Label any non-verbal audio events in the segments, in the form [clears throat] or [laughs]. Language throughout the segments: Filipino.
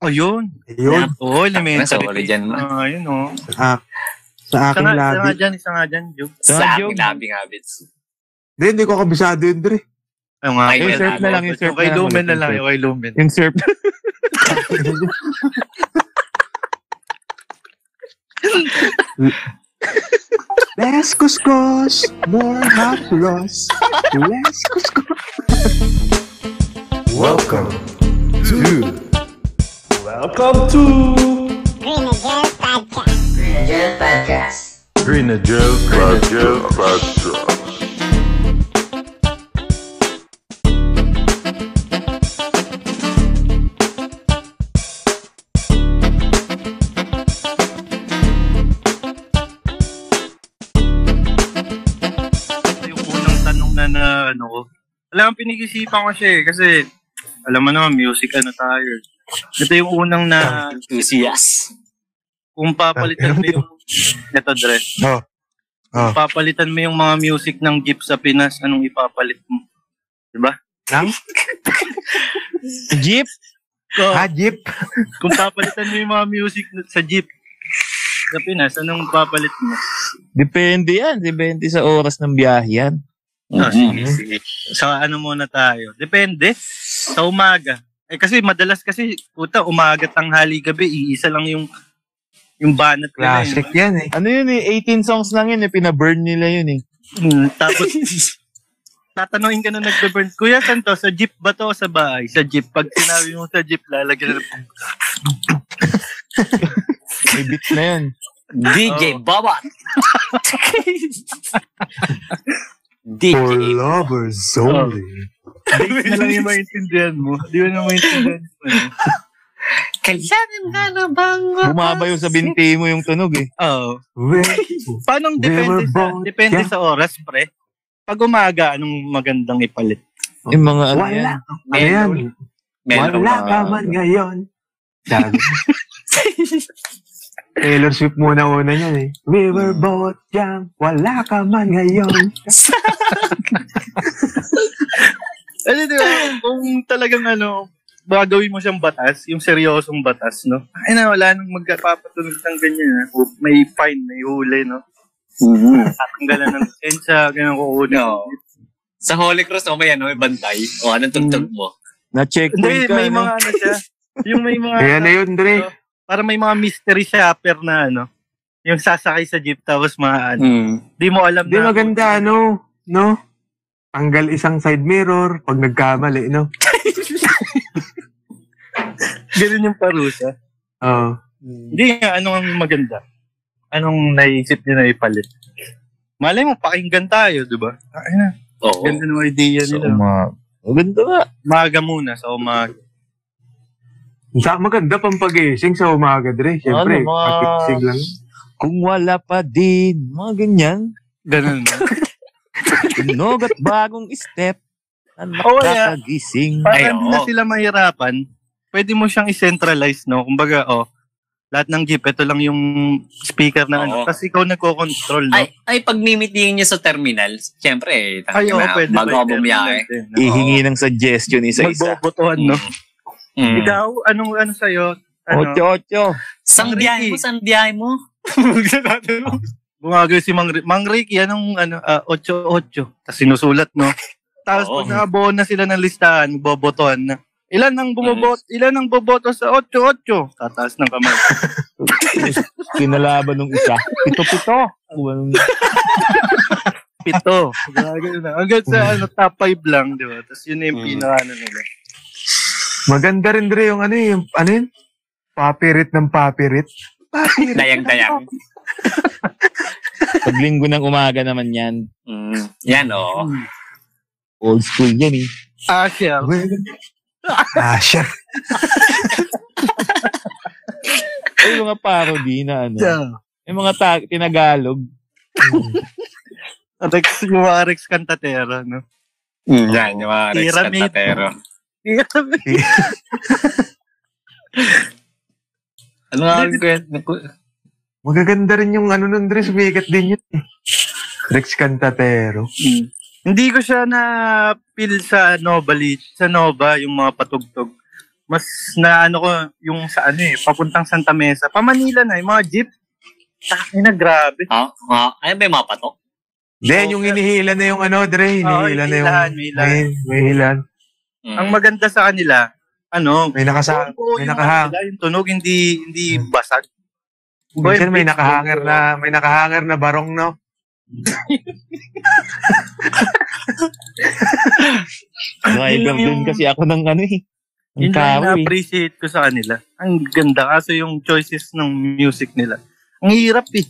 O, Oh, yun. Ayun. Oo, elementary. Sorry dyan, man. Ah, yun, oh. Ah, sa Isa aking nga, isa nga labi. dyan, isa nga dyan, Jug. Sa Joke. akin, labing habits. Hindi, hindi ko kabisado yun, Dre. Ayun nga. Ay, yun. yung surf na lang, yung surf Yung kay na lang Lumen ulit, yung na lang, surf. yung kay Lumen. Yung surf. Less kuskus, more haplos. Less kuskus. Welcome to. Welcome to. Grenadier Podcast. Grenadier Podcast. yung unang tanong na na ano ko. Alam, pinag-isipan ko siya eh, kasi alam mo naman, music ano tayo. eh. Ito yung unang na Enthusiast. kung papalitan mo yung ito dress. Oh. Oh. Kung papalitan mo yung mga music ng Jeep sa Pinas, anong ipapalit mo? Jeep. So, Hajip. kung papalitan mo yung mga music na- sa Jeep sa Pinas, anong papalit mo? Depende yan. Depende sa oras ng biyahe yan. Ah, Mhm. sige, sige. Sa ano muna tayo? Depende. Sa umaga. Eh kasi madalas kasi puta umaga tanghali gabi iisa lang yung yung banat nila. eh. Classic yan eh. Ano yun eh? 18 songs lang yun eh. Pinaburn nila yun eh. Mm, tapos [laughs] tatanungin ka na nagbe-burn. Kuya, saan to? Sa jeep ba to o sa bahay? Sa jeep. Pag sinabi mo sa jeep, lalagyan na May beat na [laughs] yun. DJ Oh. [laughs] Babat. For DJ lovers only. Hindi na lang yung maintindihan mo. Hindi mo na maintindihan mo. eh. Kailangan nga na bang Bumaba yung sa binti mo yung tunog eh. Oo. When Paano ang They depende were sa, born- depende Yeah. sa oras, pre? Pag umaga, anong magandang ipalit? Yung mga ano yan. wala. Ano yan? Meron Wala ba? ka man ngayon. Sabi. Taylor Swift muna una niyan eh. We were both young. Wala ka man ngayon. Ano di ba, kung talagang ano, gagawin mo siyang batas, yung seryosong batas, no? Ay na, wala nang magpapatunog ng ganyan. ah. O, May fine, may huli, no? Mhm. Tatanggalan ng lisensya, ganyan kukunin. No. Sa Holy Cross, o may ano, may bantay. O, anong tugtog mo? Na-check ko Hindi, ka. may ano? mga ano siya. Yung may mga, Ayan na yun, eh. Dre. para may mga mystery shopper na ano, yung sasakay sa jeep tapos mga ano, Mm. di mo alam Di na. maganda, ano, no? Tanggal isang side mirror pag nagkamali, no? Ganun yung parusa. Oo. Hindi nga, ano ang maganda? Anong naisip niya na ipalit? Malay mo, pakinggan tayo, di ba? Ay na, Oo. ganda ng idea Sa nila. umaga. Maganda Oh, nga. Maga muna, sa umaga. Sa maganda pang pagising sa umaga, Dre. Siyempre, Ano, mga- pagising lang. Kung wala pa din, mga ganyan. Ganun. [laughs] Tunog at bagong step. Ang [laughs] Oh, yeah. [laughs] nakakagising. Para Ay, hindi oo. na sila mahirapan, pwede mo siyang i-centralize, no? Kumbaga, oh, lahat ng jeep, ito lang yung speaker na ano. Oo. Tapos ikaw nagko-control, no? Ay, ay pag mimitingin niya sa terminal, siyempre, eh, tangin Ay, oo, na, pwede. bago pwede. ako bumiyahe. Pwede, no? Ihingi ng suggestion isa-isa. Magbobotohan, no? Mm. Ano? Ikaw, anong ano sa'yo? Ano, Ocho-ocho. Sang Ang biyahe Ricky. mo, sang biyahe [laughs] mo. bumagaw si Mang, Ri- Mang Ricky, anong ano, ah, 8-8. Tapos sinusulat, no? Tapos Oo. pag nakabuo na sila ng listahan, bobotohan na. Ilan ang bumobot? Mm. Ilan ang boboto sa 8-8? Tataas ng kamay. Kinalaban nung isa. Pito-pito. Kuwan- pito. Gagano na. Hanggang sa ano, top 5 lang, di ba? Tapos yun na yung Mm. pinaka ano nila. Maganda rin, Dre, yung ano eh, yung, ano yun? Papirit ng [laughs] papirit. Papirit. Dayang-dayang. Pag linggo ng umaga naman yan. Mm. Yan, oo. Old school yan eh. Ah, siya. ah, siya. Ay, mga parody na ano. Yung mga ta- tinagalog. Rex, yung mga Rex Cantatera, no? [laughs] Mm. Yan, yung mga Rex Pyramid. Cantatero. Ano nga ang kwento? Magaganda rin yung ano nun, Dre. Sumikat din yun. eh. Rex Cantatero. Mm. Hindi ko siya na feel sa Nova, li- sa Nova, yung mga patugtog. mas naano ko yung sa ano eh, papuntang Santa Mesa. Pamanila na, yung mga jeep. Ay na, grabe. Ha? Ha? Ayun ba yung mga patok? Then, yung inihila na yung ano, Dre. Inihila na yung... hinihilan, hinihilan. May, may hilan. Mm. Ang maganda sa kanila, ano, May nakasa... Oo, may yung ano nakahang. sila, Yung tunog, hindi, hindi basag. Minsan may Boy, nakahanger na, may nakahanger na barong, no? Driver Ah, Yun lang din yung- kasi ako ng ano eh. Ang Yun lang tao yung eh. na-appreciate ko sa kanila. Ang ganda. Kaso yung choices ng music nila. Ang hirap eh.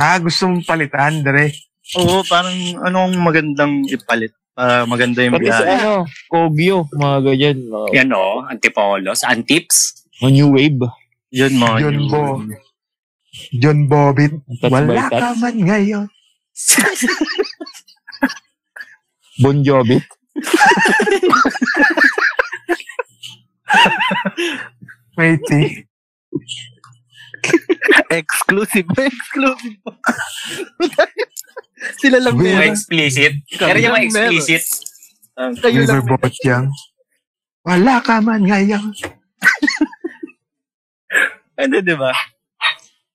Ah, gusto mong palitan, Dre. Oo, parang anong magandang ipalit. Ah, maganda yung Pati sa biyahe. ano, Kogyo, mga ganyan. Mga, Yan o, antipolos, antips. mga new wave. Yun mo. John Bo. John Bobit. Touch by Wala ka touch. man ngayon. Bon Jovi. Matey. Exclusive. [laughs] Exclusive. Sila lang Well, meron. explicit. Meron yung mga explicit. Kayo lang. River Botyang. Wala ka man ngayon. Ano, di ba?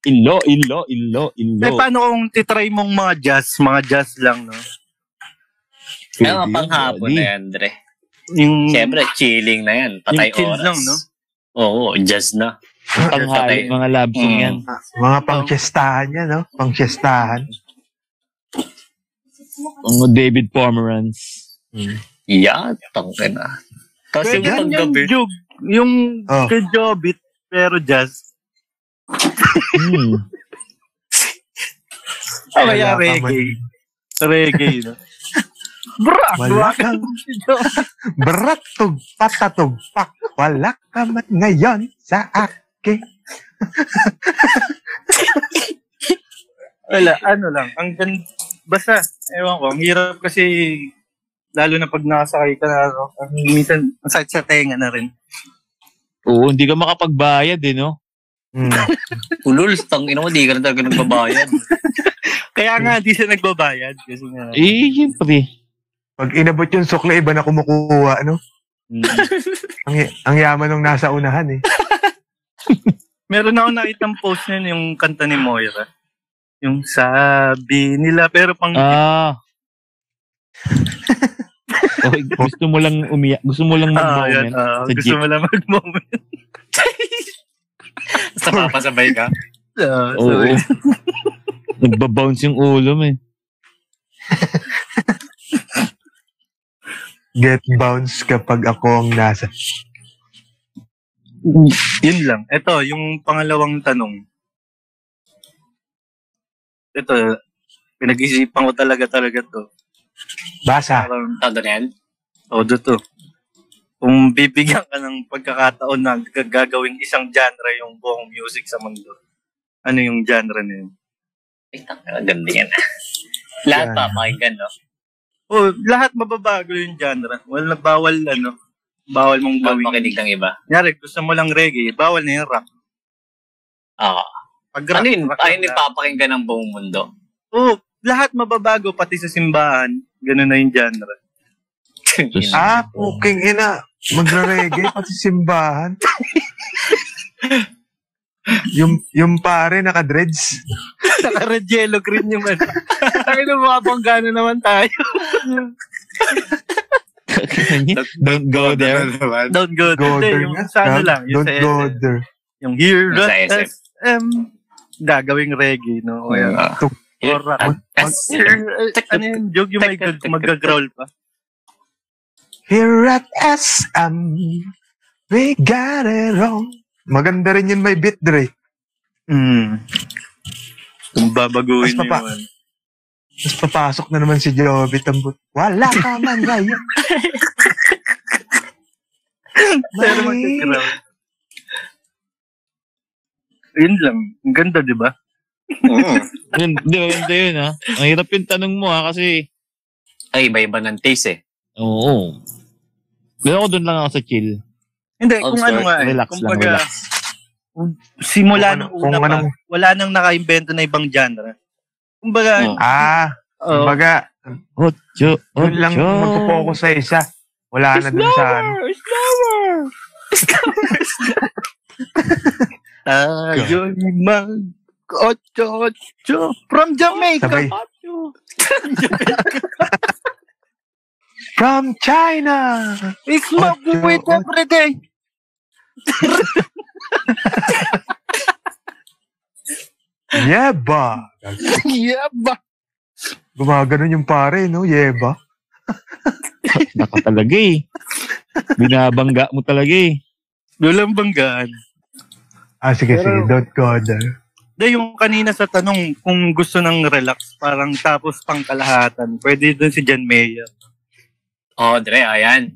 Inlo, inlo, inlo, inlo. Eh, paano kung titry mong mga jazz? Mga jazz lang, no? Ano, Ayun, mga panghapon na eh. yan, Dre. Yung... Siyempre, chilling na yan. Hmm. Patay Yung chill oras. lang, no? Oo, jazz na. Panghali, mga love song Mm. yan. Mga pangchestahan niya, no? Pangchestahan. Mga David Pomeranz. Yeah, tangke na. Tapos yung Pwede rin yung paggabi. jug, yung Oh. kay Jobit, pero jazz. Hmm. Ah, kaya Wala ka man. reggae. Reggae, no? [laughs] Bra! Wala Wala kang [laughs] bratog, patatugpak. Wala ka man ngayon sa akin. Wala, ano lang. Ang ganda. Basta, ewan ko, ang hirap kasi lalo na pag nakasakay ka na, no? ang minsan, ang sakit sa tenga na rin. [laughs] Oo, hindi ka makapagbayad eh, no? Mm. Ulul, tangin mo, di ka na talaga nagbabayad. Kaya nga, di siya nagbabayad. Kasi nga, Eh, siyempre. Pag inabot yung sukle, iba na kumukuha, ano? Mm. Hmm. Ang, ang yaman nung nasa unahan, eh. meron ako nakitang post niyan yung kanta ni Moira. Yung sabi nila, pero pang [laughs] Ah. Okay, gusto mo lang umiyak, gusto mo lang Ah, yun, mag-moment. ah, sa gusto jeep. mo lang mag-moment. [laughs] Sa papasabay ka. Ah, Oo. sorry. Nagbabounce yung ulo mo eh. Get bounce kapag ako ang nasa. Yun lang. Ito, yung pangalawang tanong. Ito, pinag-isipan ko talaga talaga to. Basa. Parang, Tando na yan. oh, to. Kung bibigyan ka ng pagkakataon na gagawin isang genre yung buong music sa mundo, ano yung genre na yun? Ay, tangke na, Ah, ganda yan. Lahat Yan. pa, pakinggan, no? Oh, lahat mababago yung genre. Wala, bawal, ano, bawal mong Huwag gawin. makinig ng iba. Nyari, gusto mo lang reggae, bawal na yung rock. Ah. Pag rock, Ano yun? rock Ayun na. yung papakinggan ng buong mundo. Oo, lahat mababago, pati sa simbahan, ganun na yung genre. Tangina. Ah, puking ina. [laughs] Magre-reggae pati simbahan. yung yung pare naka-dreads. Saka red yellow green yung ano. Ay, na mga panggana naman tayo. [laughs] Don't go there. Don't go Go there. there Yung nga. sa ano Don't- lang. Yung Don't sa go SM. there. Yung here, Yung sa the SM. SM. Gagawing reggae, no? O yan. Ah. Or rock. Mag- As- Ano yun? Joke yung may gag- mag-growl pa. Here at SM, we got it wrong. Maganda rin yun may beat, Dre. Hmm. Kung babaguhin Mas mo papa- ano. yun. Tapos papasok na naman si Joby Tambut. Wala ka man [laughs] ngayon. Pero May- mag-growl. Yun lang. Ang ganda, di ba? Yun, Hindi, maganda yun ha. Ang hirap yung tanong mo ha kasi, Ay, iba-iba ng taste eh. oo. Pero ako doon lang ako sa chill. Hindi, Oh, kung sorry. ano nga. eh. Relax lang, Kumbaga, relax. simula Kung nung ano- una kung pa, anong- wala nang nakaimbento na ibang genre. Kumbaga, Oo. Ah, oh, baga, Ocho, Oh, oh, yun lang ocho. magpo-focus sa isa. Wala na dun sa ano. Ah, yun mag Ocho, ocho. From Jamaica. Sabay. From China! I smoke Ocho, weed ocho. every day. Yeba! [laughs] yeah, ba? Gumaganon yung pare, no? Yeba. Naka talaga eh. Binabangga mo talaga eh. Lulang banggaan. Ah, sige, Pero- sige. Don't go there. De, yung kanina sa tanong, kung gusto ng relax, parang tapos pang kalahatan, pwede dun si John Mayer. Oh, Dre, ayan.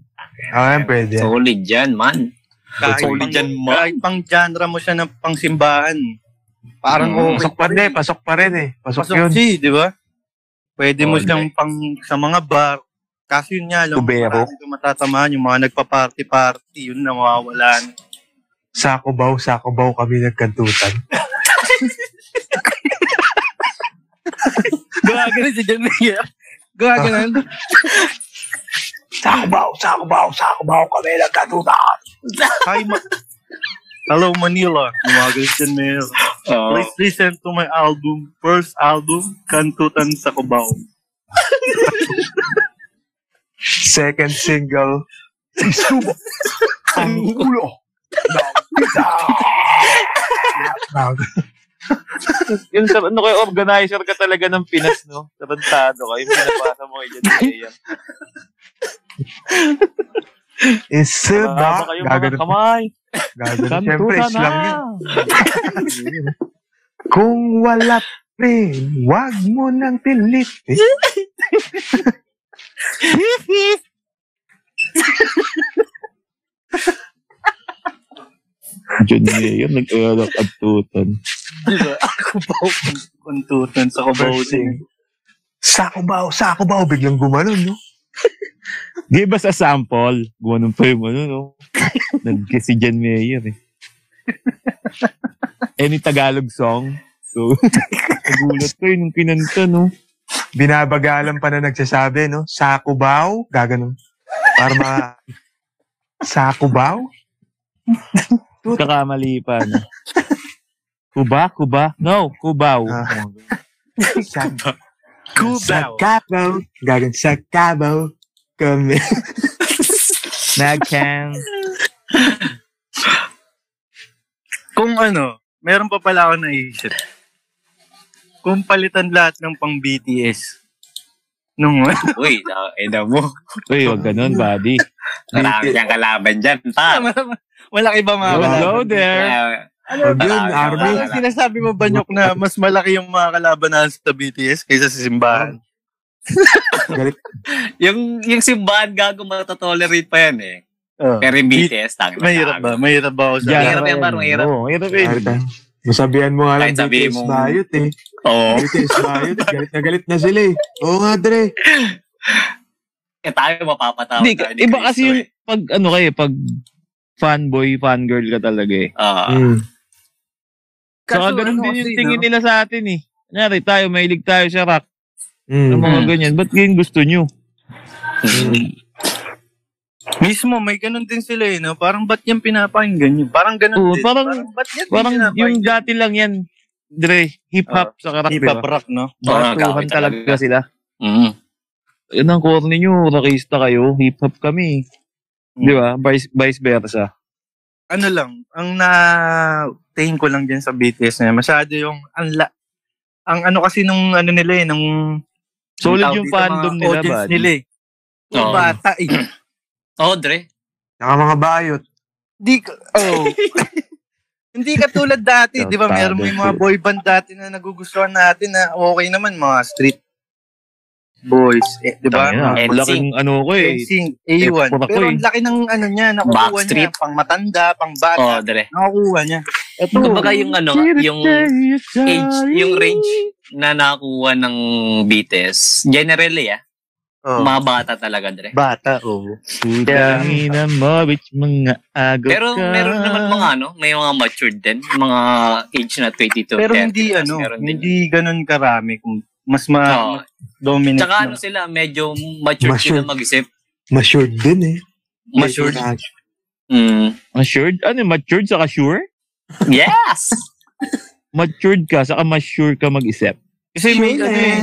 Ah, yan, pwede. Solid yan, man. Kahit Solid pang, yan, ma. kahit pang genre mo siya ng pangsimbahan. Parang okay Mm. pasok pa rin eh. Pasok pa rin eh. Pasok, Pasok yun. siya, eh, di ba? Pwede mo Oo, siyang pang sa mga bar. Kaso yun nga, alam mo, Tubero. marami kang matatamaan yung mga nagpa-party-party, yun nawawalan. Sakobaw, sakobaw kami nagkantutan. Gagana si John Mayer. Gagana. Sakobaw, sakobaw, sakobaw kami nagkantutan. Hi, Ma- Hello Manila. Gumagana si John Mayer. Oh, Please listen to my album, first album, Kantutan sa Cubao. Second single. Isubo. Ang [laughs] ulo. Ng isa. Yung sa, ano kayo, organizer ka talaga ng Pinas, no? Tarantado ka. Yung pinapasa mo kay Jan [laughs] Mayer. Isubo. ah, Mahaba kayong mga Gagano. kamay. Gagano. Siyempre, Kantutan na. slang [laughs] yun. [laughs] Kung wala pre, wag mo nang pilitin. Jan Mayer, nag-alak at tutan. [laughs] Diba? Cubao, Kantutan sa Cubao. First thing. Sakubaw, sakubaw, biglang gumanon, no? Give us a sample. Gumanon pa yung ano, [laughs] no? Nag-guess si Jan Mayer, eh. Any Tagalog song. So, [laughs] nagulat ko yun nung kinanta, no? Binabagalan pa na nagsasabi, no? Sakubaw, gaganon. Para ma... Sakubaw? Kakamali pa, no? Kuba, kuba. No, kubaw. Ah. Sa, sa Cubao. kabaw, gaganon. Sa kabaw, [laughs] kami. Nagkang. Kung ano, meron pa pala ako naisip. Kung palitan lahat ng pang BTS. Nung uy, na- ina mo. Uy, wag ganun, buddy. Marami kang kalaban dyan, [laughs] Ah, Ah. pa. malaki ba mga Hello, kalaban? hello there. Kaya, Huwag yun, Marami kang Army. Parang kalaban. sinasabi mo banyok na mas malaki yung mga kalaban na sa BTS kaysa sa simbahan. Galit. Yung, yung simbahan gago matatolerate pa yan eh. Oh. Ah. Pero yung BTS, tangin na Mahirap ba? gago. Mahirap ba ako sa Yan. Mahirap. Mahirap yan, parang mahirap. Oo, mahirap Galit, yun. ah. Masabihan mo nga lang, Kahit sabihin BTS mong- bayot eh. Oo. BTS bayot, galit na galit na sila eh. Oo nga, Dre. Eh, tayo mapapatawa Hindi, tayo ni iba Cristo kasi yung eh. pag ano kayo, pag fanboy, fangirl ka talaga eh. Ah, Mm. So, Kaso ganun ano din yung kasi, tingin no? nila sa atin eh. Kunyari, tayo, mahilig tayo sa rock. Mm. Ang mga Mm-hmm. ganyan. Ba't ganyan gusto nyo? Mismo, may ganun din sila eh, no? Parang ba't yan pinapakinggan yun? Parang ganun Oo, din. parang- ba't yan Parang yung pinapakinggan? dati lang yan, Dre, Ah, hip-hop sa rock, hip-hop diba? rock, no? Oo, nga, Batuhan gawin talaga talaga. sila. Mm. Yan ang corny nyo, rockista kayo, hip-hop kami. Hmm. Di ba? Vice, vice versa. Ano lang, ang na tingin ko lang din sa BTS na yan, masyado yung ang la, ang ano kasi nung ano nila eh, nung Solid tawag yung dito, fandom mga nila, audience buddy. nila eh. Puro Oo. bata eh. Oo, Oh, Dre. Saka mga bayot. Di, ka- [laughs] oh. Hindi katulad dati, di ba? Meron may mga boy band dati na nagugustuhan natin na okay naman, mga street boys. Eh, di ba? Tangina, Mga Ang NSYNC. laking ano ko eh. Sing A1. Pura ko Pero eh. ang laki ng ano niya, nakukuha niya. Backstreet. Pang matanda, pang Oo, bata. Oh, Dre. Nakukuha niya. Ito, Kumbaga yung ano, yung age, yung range na nakuha ng BTS, generally ah, Oh. Oh. mga bata talaga, Dre. Bata, oh. oo. Kaya mo, bitch, mga agot Pero ka. meron naman mga ano, may mga matured din, mga age na 22, Pero 30, hindi tas ano, meron din. hindi ganun karami. Kung mas Oo. ma- dominant. Tsaka na. ano sila, medyo matured Mature. sila mag-isip. Matured din eh. Matured. Ah, Mm. Assured? Ano, matured saka sure? Yes! [laughs] Matured ka saka mas sure ka mag-isip. Kasi may ano eh,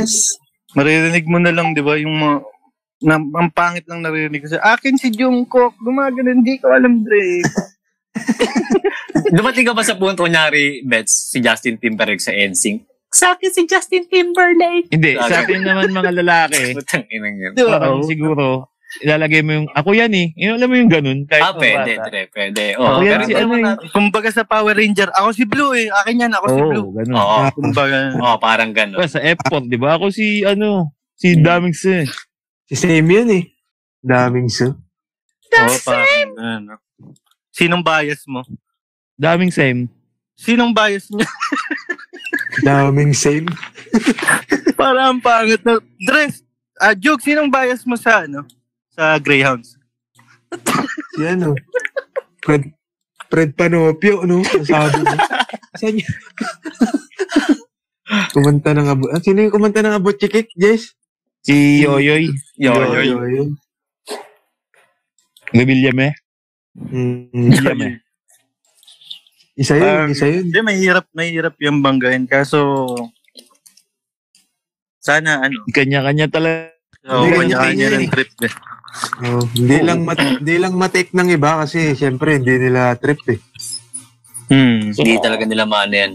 maririnig mo na lang, di ba, yung mga, na, ang pangit lang naririnig kasi, akin si Jungkook, gumagano, hindi ko alam, Dre. Dumating ka ba sa punto, kunyari, Bets, si Justin Timberlake sa NSYNC? Sa akin si Justin Timberlake! Hindi, Talaga. sa atin naman mga lalaki, Putang inang yun. Di ba? parang siguro, ilalagay mo yung, ako yan eh. Yung, alam mo yung ganun? Kahit Ah, mga pwede, bata. Dre, pwede. Oo, Ako pero yan si hindi ano naman eh. natin. Kumbaga sa Power Ranger, ako si Blue eh, akin yan, ako si Blue. Oo, ganun. ano? Oo. Kumbaga, Oo, parang Diba, gano'n. sa F4, di ba? Ako si, ano, si Daming Sin. Si Sam yun eh. Daming Sam. oh, parang, ano. Sinong bias mo? Daming Sam. Sinong bias niya? [laughs] Daming Sam. Para ang pangit na, Dres, ah, Juke, sinong bias mo sa, ano, sa Greyhounds? Si ano? Fred, Fred Panopio, no? Sabi mo. Saan yun? kumanta ng abo. Ah, sino yung kumanta ng abo chikik, Jess? Si Yoyoy. Yoyoy. Yoyoy. Revillame. Mm, isa yun, Parang- isa Um, yun. Hindi, mahirap, mahirap yung banggain. Kaso, sana, ano, Kanya-kanya talaga. oh, Hindi, kanya-kanya ganyan ng trip na. Oh, hindi lang mat hindi lang matake ng iba kasi syempre hindi nila trip eh. Hmm. Hindi talaga nila maano yan.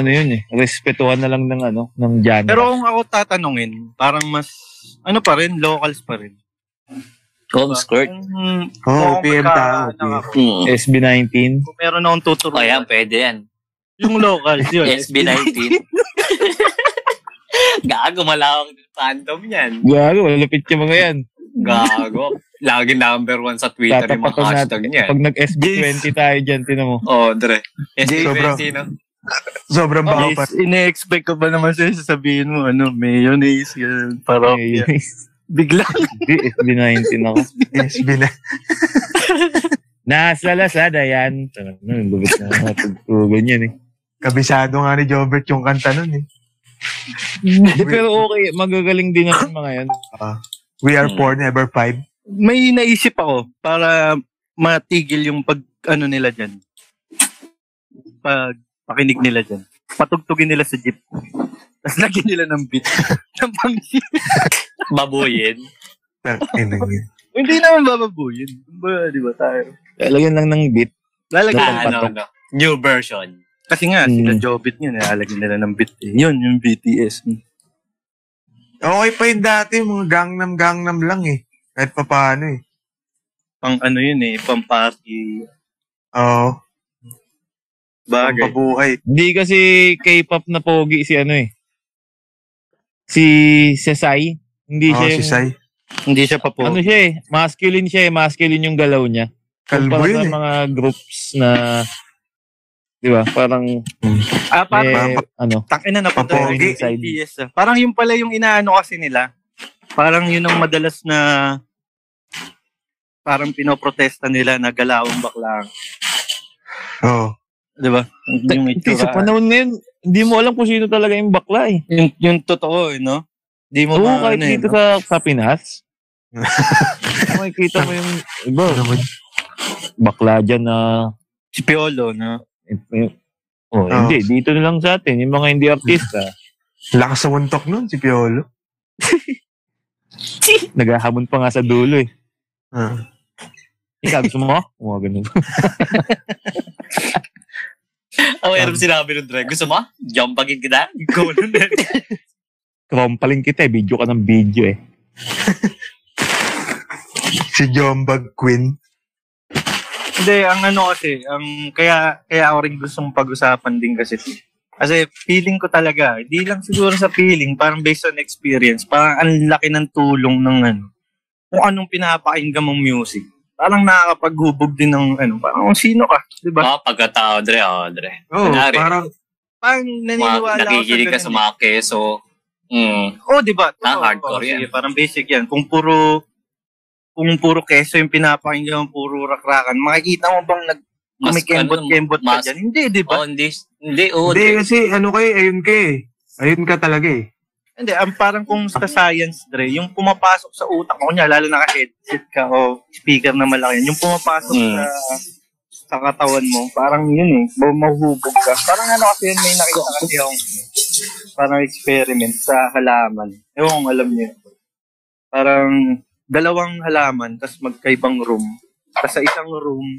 Ano yun eh. Respetuhan na lang ng ano, ng genre. Pero kung ako tatanungin, parang mas, ano pa rin, locals pa rin. Home squirt. Kung, kung Oh, PM magka- tao. ano PM. ako, Mm. Eh, SB19. Kung meron akong O tuturuan. yan, pwede yan. Yung locals, [laughs] yun. SB19. Gago, malawang fandom yan. Gago, malapit yung mga yan. Gago. Lagi number one sa Twitter yung mga Tatapatan natin. hashtag niya. Pag nag-SB20 tayo dyan, tinan mo. Oo, oh, Dre. Sobrang- SB20, no? Sobrang baho pa. Is- ine-expect ko ba naman sa'yo sasabihin mo, ano, mayonnaise, yun, parokya. [laughs] Ay, Bigla. Hindi, SB19 ako. SB na. Nasa Lazada yan. Ano, yung bubit na natugtugan yan eh. Kabisado nga ni Jobert yung kanta nun eh. Hindi, pero okay. Magagaling din ang mga yan. We are Hmm. four, never five. May naisip ako para matigil yung pag, ano nila dyan. Pag pakinig nila dyan. Patugtugin nila sa jeep. Tapos [laughs] lagyan nila ng beat. ng pang-jeep. [laughs] Babuyin. Tangina yun. Hindi naman bababuyin. Ba, di ba tayo? Lalagyan lang ng beat. Lalagyan. ah, ano, ano. New version. Kasi nga, sila Mm. Jobit yun, nilalagyan nila ng beat. Eh. Yun, yung BTS. Okay pa yung dati, mga gangnam-gangnam lang eh. Kahit pa paano eh. Pang ano yun eh, pang party. Oo. Ang Bagay. pabuhay. Hindi kasi K-pop na pogi si ano eh. Si Sesai. Hindi Oo, siya si yung- Sai. Hindi siya pa po. Ano siya eh. Masculine siya eh. Masculine yung galaw niya. Kalbo Kumpara yun sa eh. mga groups na... Di ba? Parang... ah, parang, eh, ano? Tangina na napunta na Papogi. yung BTS. ah. Parang yun pala yung inaano kasi nila. Parang yun ang madalas na parang pinoprotesta nila na galawang bakla. Oo. Di ba? Yung Hindi, sa itsura. panahon ngayon, hindi mo alam kung sino talaga yung bakla eh. Yung, yung totoo, eh, no? Di mo Oo, ba kahit ano, eh, dito no? sa, sa Pinas, makikita mo yung iba, Ano naman? bakla dyan na... Si Piolo, no? Oh, Ah, hindi, dito na lang sa atin, yung mga hindi artista, [laughs] Lakas sa muntok nun, si Piolo. naghahamon pa nga sa dulo eh. Ah. Ikaw, gusto mo? Mga [laughs] ganun. Oh, meron sinabi ng Dre. Gusto mo? Jumpagin [laughs] kita? Go na na. Krompaling kita eh, video ka ng video eh. Si Jombag Queen. Hindi, ang ano kasi, ang kaya kaya ako rin gustong pag-usapan din kasi. to. Kasi feeling ko talaga, hindi lang siguro sa feeling, parang based on experience, parang ang laki ng tulong ng ano. Kung anong pinapakinggan mong music. Parang nakakapaghubog din ng ano, parang kung sino ka, 'di ba? Ah, pagkatao, Dre. Oh, Dre. Oo, Kunwari. parang Parang Mga, naniniwala ako sa nakikinig ka sa ganun. mga keso. Mm. Oh, 'di ba? Ah, Oo, oo, hardcore yan. sige, Parang basic 'yan. Kung puro kung puro keso yung pinapakinggan, puro rakrakan, makikita mo bang nag Mas, kumikembot-kembot ano, ka mas- dyan? Hindi, di ba? Oh, hindi. Hindi, oh, Hindi Dre. kasi ano kay ayun ka eh. Ayun ka talaga eh. Hindi, ang parang kung sa science, Dre, yung pumapasok sa utak ko niya, lalo naka-headset ka o speaker na malaki, yung pumapasok Hmm. sa, sa katawan mo, parang yun eh, ma- mahuhubog ka. Parang ano kasi yun, may nakita kasi yung parang experiment sa halaman. Ewan kong alam niyo. Parang dalawang halaman, tas magkaibang room. Tapos sa isang room,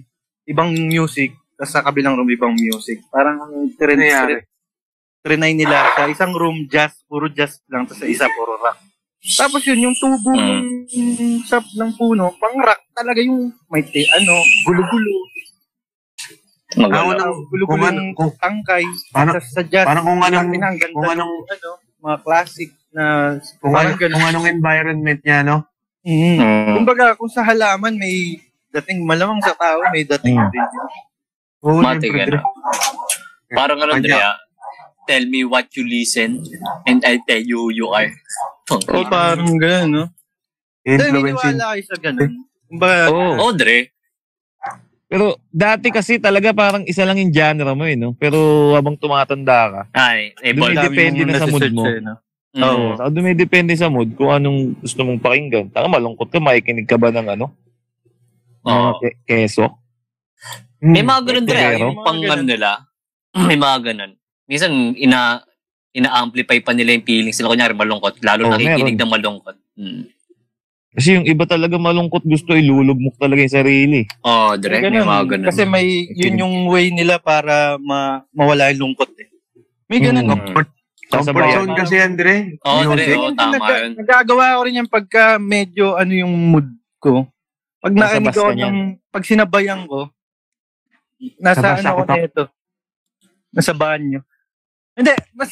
ibang music, tapos sa kabilang room, ibang music. Parang Ano trinay, trinay nila sa isang room, jazz, puro jazz lang, tapos sa isa, puro rock. Tapos yun, yung tubo Mm. ng sap ng puno, pang rock talaga yung may te, ano, gulo-gulo. Ako Magulo. nang, Gulo-gulo kung ano, yung kung, ano- tangkay, Parang- tapos sa jazz. parang kung anong, Ang ganda kung ng, anong, ano, mga classic na, kung, parang anong, ganun. kung anong environment niya, no? Mm. Mm. Kumbaga, kung sa halaman may dating, malamang sa tao may dating Mm. din. Oo, Mati, siyempre, ganun. ano? Dre. Parang ano, Kanya. Andrea, tell me what you listen and I tell you who you are. O Tangina. Oh, parang gano'n, no? Pero Influence yun. niniwala kayo sa gano'n. Kumbaga, Oh, Dre. Pero dati kasi talaga parang isa lang yung genre mo eh, no? Pero habang tumatanda ka, Ay, Dumi- evolve. depende na sa mood mo. eh, Mm. Saka dumidepende sa mood kung anong gusto mong pakinggan. Taka malungkot ka, makikinig ka ba ng ano? Oo. Mga ke- keso? May mga ganun Dre, Pero- yung pang Mga ganun. ano nila. [clears throat] May mga ganun. Minsan, ina ina-amplify pa nila yung feelings nila. Kunyari, malungkot. Lalo Oo, nakikinig meron. ng malungkot. Mm. Kasi yung iba talaga malungkot gusto ilulubmok talaga yung sarili. Oh, Dre, may ganun. mga ganun. Kasi may, yun yung way nila para ma, mawala yung lungkot eh. May ganun. Mm. Comfort, comfort Kasabayan. zone kasi yan, Dre. Oo, Dre, Music. oo, tama yun. Nagagawa ko rin yan pagka medyo ano yung mood ko. Pag Nasa naanig ako basta niyan. ng, pag sinabayan ko, nasa Nabasa ano ko kita. na ito. Nasa banyo. Hindi, mas,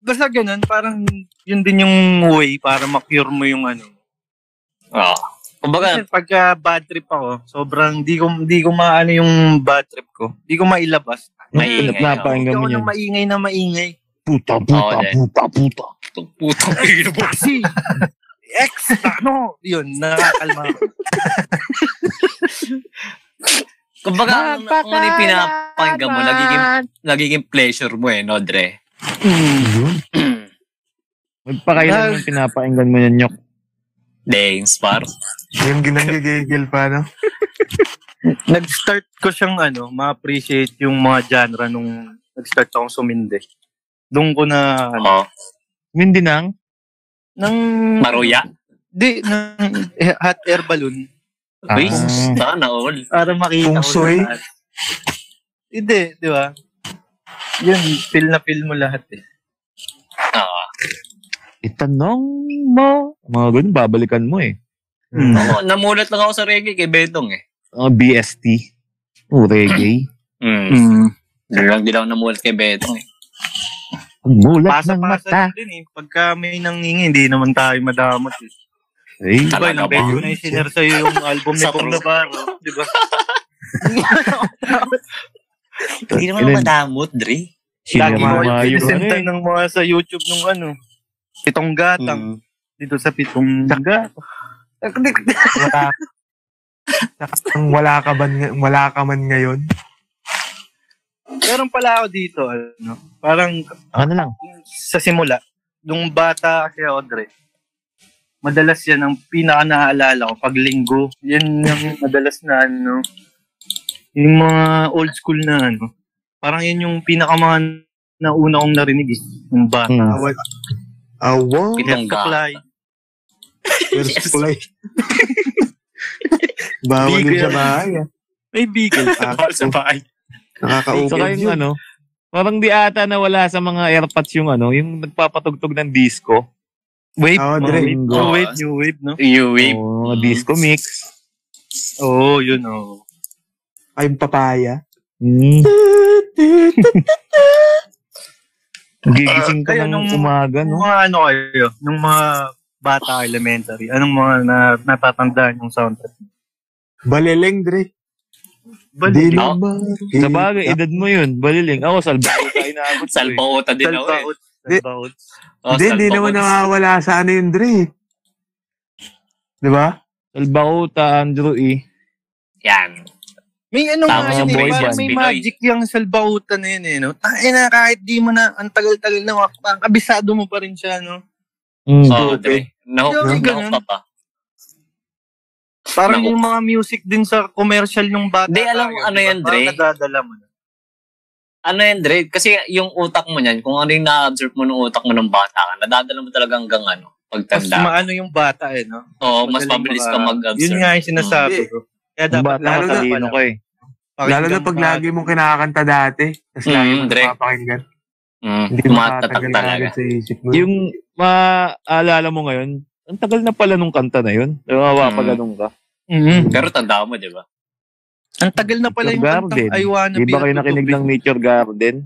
basta ganun, parang yun din yung way para makure mo yung ano. Oo. Kumbaga, Kasi pagka bad trip ako, sobrang di ko, di ko maano yung bad trip ko. Di ko mailabas. Maingay, Maingay. Napakinggan Hindi mo ako yun. ng maingay na maingay. Puta, Oo, puta, Dre. puta, puta. putang ina mo. [laughs] Si, ex, ano, yun, nakakalma [laughs] ako. Kumbaga, kung ano yung pinapakinggan mo, nagiging, nagiging pleasure mo eh, no, Dre? Hmm. Yun. Magpakailan Ah. Dahil- yung pinapakinggan mo yan, Nyok. Thanks, par. Yung ginanggigigil pa, no? Nag-start ko siyang ano, ma-appreciate yung mga genre nung nag-start akong suminde. Doon ko na, ano, Oo. Hindi nang. nang, Maruya. di, nang eh, hot air balloon, Ah. Uy, sana all. para makita Feng shui? ko lahat. Hindi, di ba? Yun, feel na feel mo lahat eh. Oo. Itanong mo. Mga ganun, babalikan mo eh. Mm. Oo, namulat lang ako sa reggae kay Bedong eh. Mga BST. O reggae. Mm. Mm. Doon lang din ako namulat kay Bedong eh. Ang mulat ng mata. Pasa-pasa din eh. Pagka may nangingi, hindi naman tayo madamot eh. Ay, Di ba, Talaga nang ba? beses na isinare sa'yo yung album ni Sa Kong true. Navarro. Di ba? Hindi naman ako madamot, Dre. Lagi Sinama mo yung ano pinisenta eh. ng mga sa YouTube nung ano. Pitong gatang. Dito sa pitong gatang. Wala. Ang wala ka, ban, wala ka man ngayon. Meron pala ako dito, ano. Parang Ano lang. sa simula, nung bata kasi ako, Dre, madalas yan ang pinaka naaalala ko pag linggo. Yan yung madalas na ano, yung mga old school na ano. Parang yan yung pinaka mga nauna kong narinig eh, yung bata. Hmm. Awal. [laughs] Awal. Pitong gatang. Supply. Where's supply? [laughs] Bawal yun sa bahay. ah. May bigel. Ah, Sa bahay. Saka Nakaka-open yung yun. ano, parang di ata nawala sa mga airpods yung ano, yung nagpapatugtog ng disco. Wave, Oo, mga Dre. wave, Oo. new wave, new wave, no? You wave. Oo, mga disco mix. Oo, oh, yun, oo. Ay, yung papaya. Mm. Gigising ka Kaya ng nung- umaga, Nung no? mga ano kayo, nung mga bata elementary, anong mga na, natatandaan yung soundtrack? Baleleng, Dre. Di Balik. na ba? Oh. Sa bagay, edad mo yun, baliling. Ako, salbaho tayo na ako. Salbaota din ako eh. Salbaot. Di- Salbaot. Oh, Ah, Hindi, hindi naman salbaot. nakawala sa ano yun, Dre. Di ba? Salbaho ta, Andrew E. Yan. May ano nga Tama yun, yung eh, boy parang band, may Pinoy. magic yung salbahutan na yun eh, no? Tayo na, kahit di mo na, ang tagal-tagal na, wak- parang kabisado mo pa rin siya, no? Mm. Okay. Oo, Oh, Dre. Nahook Okay, nahook ganun. ka pa. Parang Naku. yung mga music din sa commercial nung bata. Di, alam tayo, mo ano di ba? yan, Dre? Parang nadadala mo na. Ano yan, Dre? Kasi yung utak mo niyan, kung ano yung na-observe mo ng utak mo ng bata ka, nadadala mo talaga hanggang ano, Mas pagtanda. maano yung bata eh, no? Oo, mas Madaling mabilis ka maka- Yun mag-observe. nga yung sinasabi ko. Kaya Ang dapat bata ko lalo na- talino ko eh. Lalo na pag lagi mong kinakanta dati. Tapos Mm, lagi mo Dre. napapakinggan. Mm, Hindi mo tumatatag matatanggal talaga. agad sa isip mo. Yung maaalala mo ngayon, ang tagal na pala nung kanta na yun. Nawawa pa Mm. ganun ka. mm Pero tanda mo, di ba? Ang tagal na pala yung Garden. kantang I wanna Di be ba a kayo nakinig ng Nature Garden?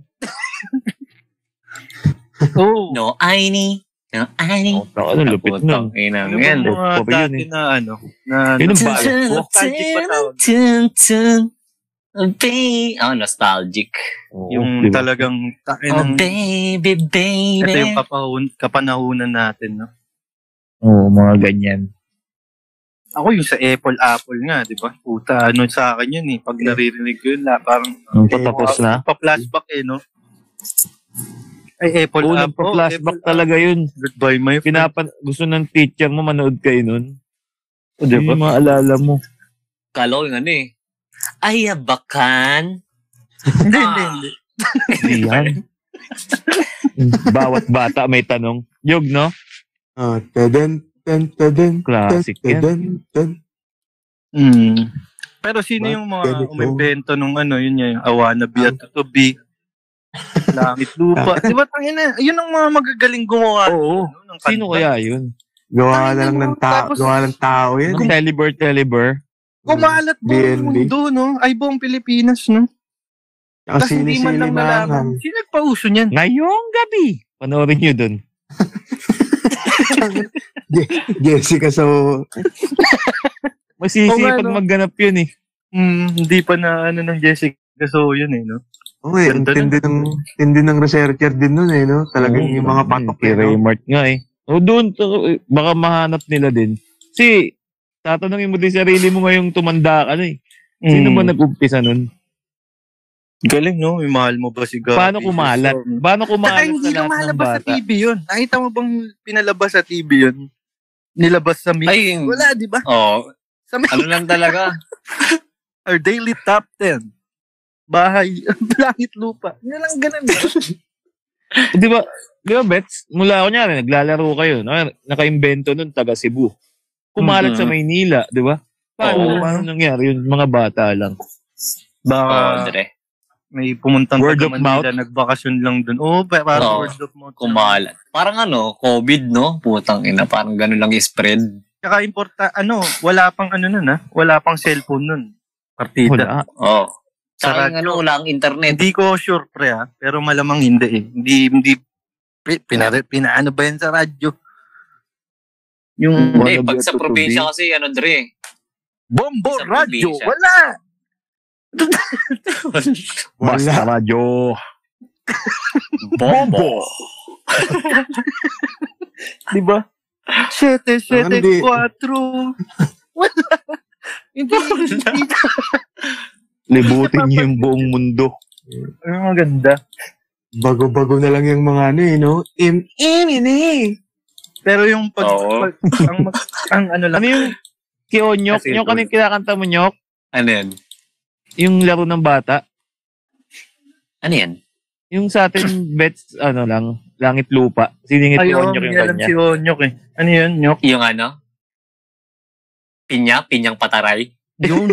Oo. No, Aini. No, Aini. Oh, ano, lupit nun. Inang Ano ba yan. yung mga Pop yun dati eh. na ano? Na, Yun ang Tun, tun, balat ko. Nostalgic pa tawag. tun, tun, Oh, baby. Oh, nostalgic. Oo, Yung di diba? ba? talagang tayo Oh, ng... baby, baby. Ito yung kapahun, kapanahunan natin, no? Oo, mga ganyan. Ako yung sa Apple Apple nga, di ba? Puta, ano sa akin yun eh. Pag naririnig ko yun, la, parang Nung patapos na. pa-flashback eh, no? Ay, Apple Oo, Apple. nagpa-flashback Apple talaga yun. Apple. Goodbye, my friend. Pinapan gusto ng teacher mo manood kayo nun. O, di ba? maalala mo. Kala ko yung ano eh. Ay, abakan. Ah. Hindi, hindi, hindi. Yan. Bawat bata may tanong. Yog, no? Ah, tadan, tan, tadan, Classic tan, Ah, yan. tadan, tan. Mm. Pero sino Ba- yung Pwede mga ko. umimbento nung ano, yun nga, yung awana be at to be. Langit Ah. lupa. di ba, tangin na, yun ang mga magagaling gumawa. Oo. ano, ng Oh. Sino kanta. kaya yun? Tangina Gawa na lang mo, ng tao. tapos- Gawa ng tao Eh, yan. Ang Telebur, Telebur. Kumalat buong BNB. mundo, no? Ay, buong Pilipinas, no? Ang Tapos hindi man sili-sili lang na malaman. lang. Sino nagpauso niyan? Ngayong gabi. Panoorin nyo dun. Jessica, so... Oo nga, Masisipag no? magganap yun eh. Mm, hindi pa na ano ng Jessica so yun eh, no? Oh, eh, ang Ganda tindi ng, tindi ng researcher din nun eh, no? Talagang Oo, yung mga patok eh, Kay no? Raymart nga eh. O doon, to- eh, baka mahanap nila din. Si, tatanungin mo din sarili mo ngayong tumanda ka na eh. Sino Mm. Hmm. ba nag-umpisa nun? Galing, no? May mahal mo ba si Gabi? Paano kumalat? Paano Saka kumalat sa hindi lahat ng lumalabas sa bata? TV yun. Nakita mo bang pinalabas sa TV yun? Nilabas sa mix? Ay, yung- Wala, di ba? oh, Sa mix. ano lang [laughs] talaga. Our daily top 10. Bahay, [laughs] langit lupa. Yan lang ganun. Di ba, di ba, Bets? Mula ako niya, naglalaro kayo. No? Nakaimbento nun, taga Cebu. Kumalat Mhm. sa Maynila, di ba? Oo. Paano, paano nangyari yun? Mga bata lang. Baka Ah. Oh, Dre. may pumuntang Word taga of mouth? Manila, nagbakasyon lang dun. Oo, pa- parang Oo. word of mouth. Kumalat. Parang ano, COVID, no? Putang ina, parang ganun lang i-spread. Tsaka importa, ano, wala pang ano nun ah. Wala pang cellphone nun. Partida. Wala. Oh. Sa Tsaka yung ano, wala ang internet. Hindi ko sure pre ah, pero malamang hindi eh. Hindi, hindi, pi- pinare, pinaano ba yan sa radyo? Yung Hindi, Wanna pag be sa a tutubi? probinsya kasi, ano, Dre? bombo Sa radyo, probinsya. wala! Basta Wala. radyo. Bombo. Di ba? Sete, sete, Hindi. quattro. [laughs] Wala. Hindi, hindi. [laughs] Libutin niyo yung buong mundo. Ano ang ganda? Bago-bago na lang yung mga ano eh, no? Im, im, in, eh. Pero yung pag, Oo. pag- ang, mag- ang ano lang, Ano yung kionyok? Kasi Yung ito- kanil kinakanta mo nyok? Ano yan? Yung laro ng bata? Ano yan? Yung sa [clears throat] atin, bets, ano lang, langit lupa. Siningit ayun, kionyok yung yan ang kanya. si Onyok eh. Ano yun, Nyok? Yung ano? Pinya? Pinyang pataray? Yun.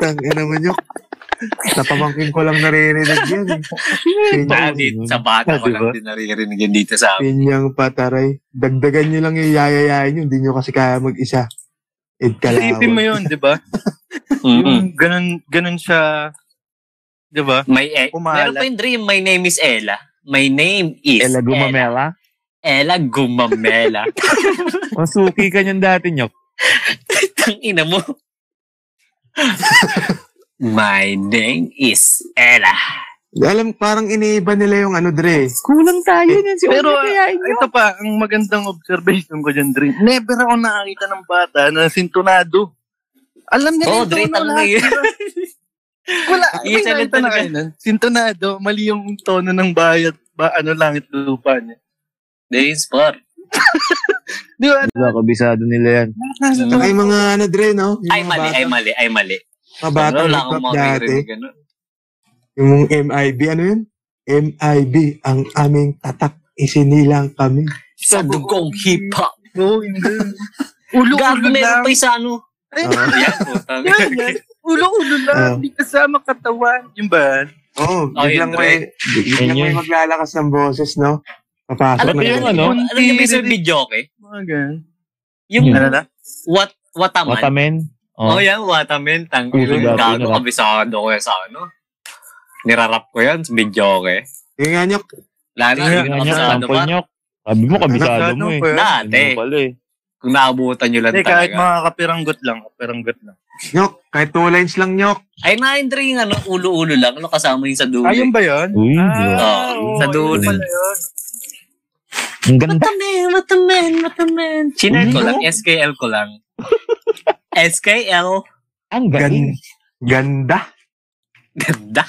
Tang, ina mo nyo. Napamangkin ko lang naririnig yan. eh. Baka Pinyang, dito sa bata ko lang din naririnig yun dito sa amin. pinyang pataray. Dagdagan nyo lang yung yayayain nyo. Hindi nyo kasi kaya mag-isa. Ed Isipin mo Kalawa. yun, di ba? Mm. Yung ganun, ganun siya, di ba? May e- Kumalat. Meron pa yung dream, my name is Ella. My name is [laughs] Ela Gumamela. Ella Gumamela. Masuki ka niyan dati, nyok. Tang ina mo. my name is Ella. Alam, parang iniiba nila yung ano, Dre. Kulang tayo niyan. Si Pero Pero, ah, ito pa, ang magandang observation ko dyan, Dre. Never ako nakakita ng bata na sintunado. Alam niya Oo, yung Dre, tono tanong na lahat, Oh, yun. diba? [laughs] Wala, Iisa may lang nakita na talaga. kayo nun. Sintonado, mali yung tono ng bayat, ba, ano, langit lupa niya. Days par. Di ba? Diba, kabisado nila yan. Nasa Mm. to. Ay, mga ano, Dre, no? Yung Ay mga mali, bata- ay mali, ay mali. Mga batang wala hip akong hop dati. maririnig. Ano. Yung MIB, ano yun? MIB, ang aming tatak, isinilang [laughs] kami. Sa dugong hip-hop. Oo, hindi. [laughs] Gago Ulo-ulo meron lang. pa isa ano. Ah. Yan, putang. Yan, yan. Ulo-ulo Ah. lang. Hindi kasama katawan. Yung ba? Oo, oh, Oh, yun, biglang may, biglang Yun may yun. maglalakas ng boses, no? Papasok Alam Pati na yung yun. ano, Ano yung ibig sabihin video, okay? Mga ganun. eh. Yung Ano na? what, wataman. Watamen. Oh, Oh, yan, watamen. Tang, Puso yun, dati, gago, narap. kabisado ko yan sa ano. Nirarap ko yan sa video, okay? Yung nga nyo, Tingnan Lalo, yun, Tingnan nyo, kabisado sample pa. nyo. Sabi mo, kabisado Ano mo eh. pa yun? Dati, Ano pala eh. kung naabutan nyo lang Hindi, kahit talaga. mga kapiranggot lang. Kapiranggot lang. nyok, kahit two lines lang nyok. Ay, na yung drink, ano, ulo-ulo lang. Ano, kasama yung sa dulo. Ayun ba yun? Uy, Ah, diba? Oo, sa dulo. Yun pala yun. Ang ganda. Matamen, matamen, matamen. Chinay ko lang, SKL ko lang. SKL. Ang galing. Gan, ganda. Ganda.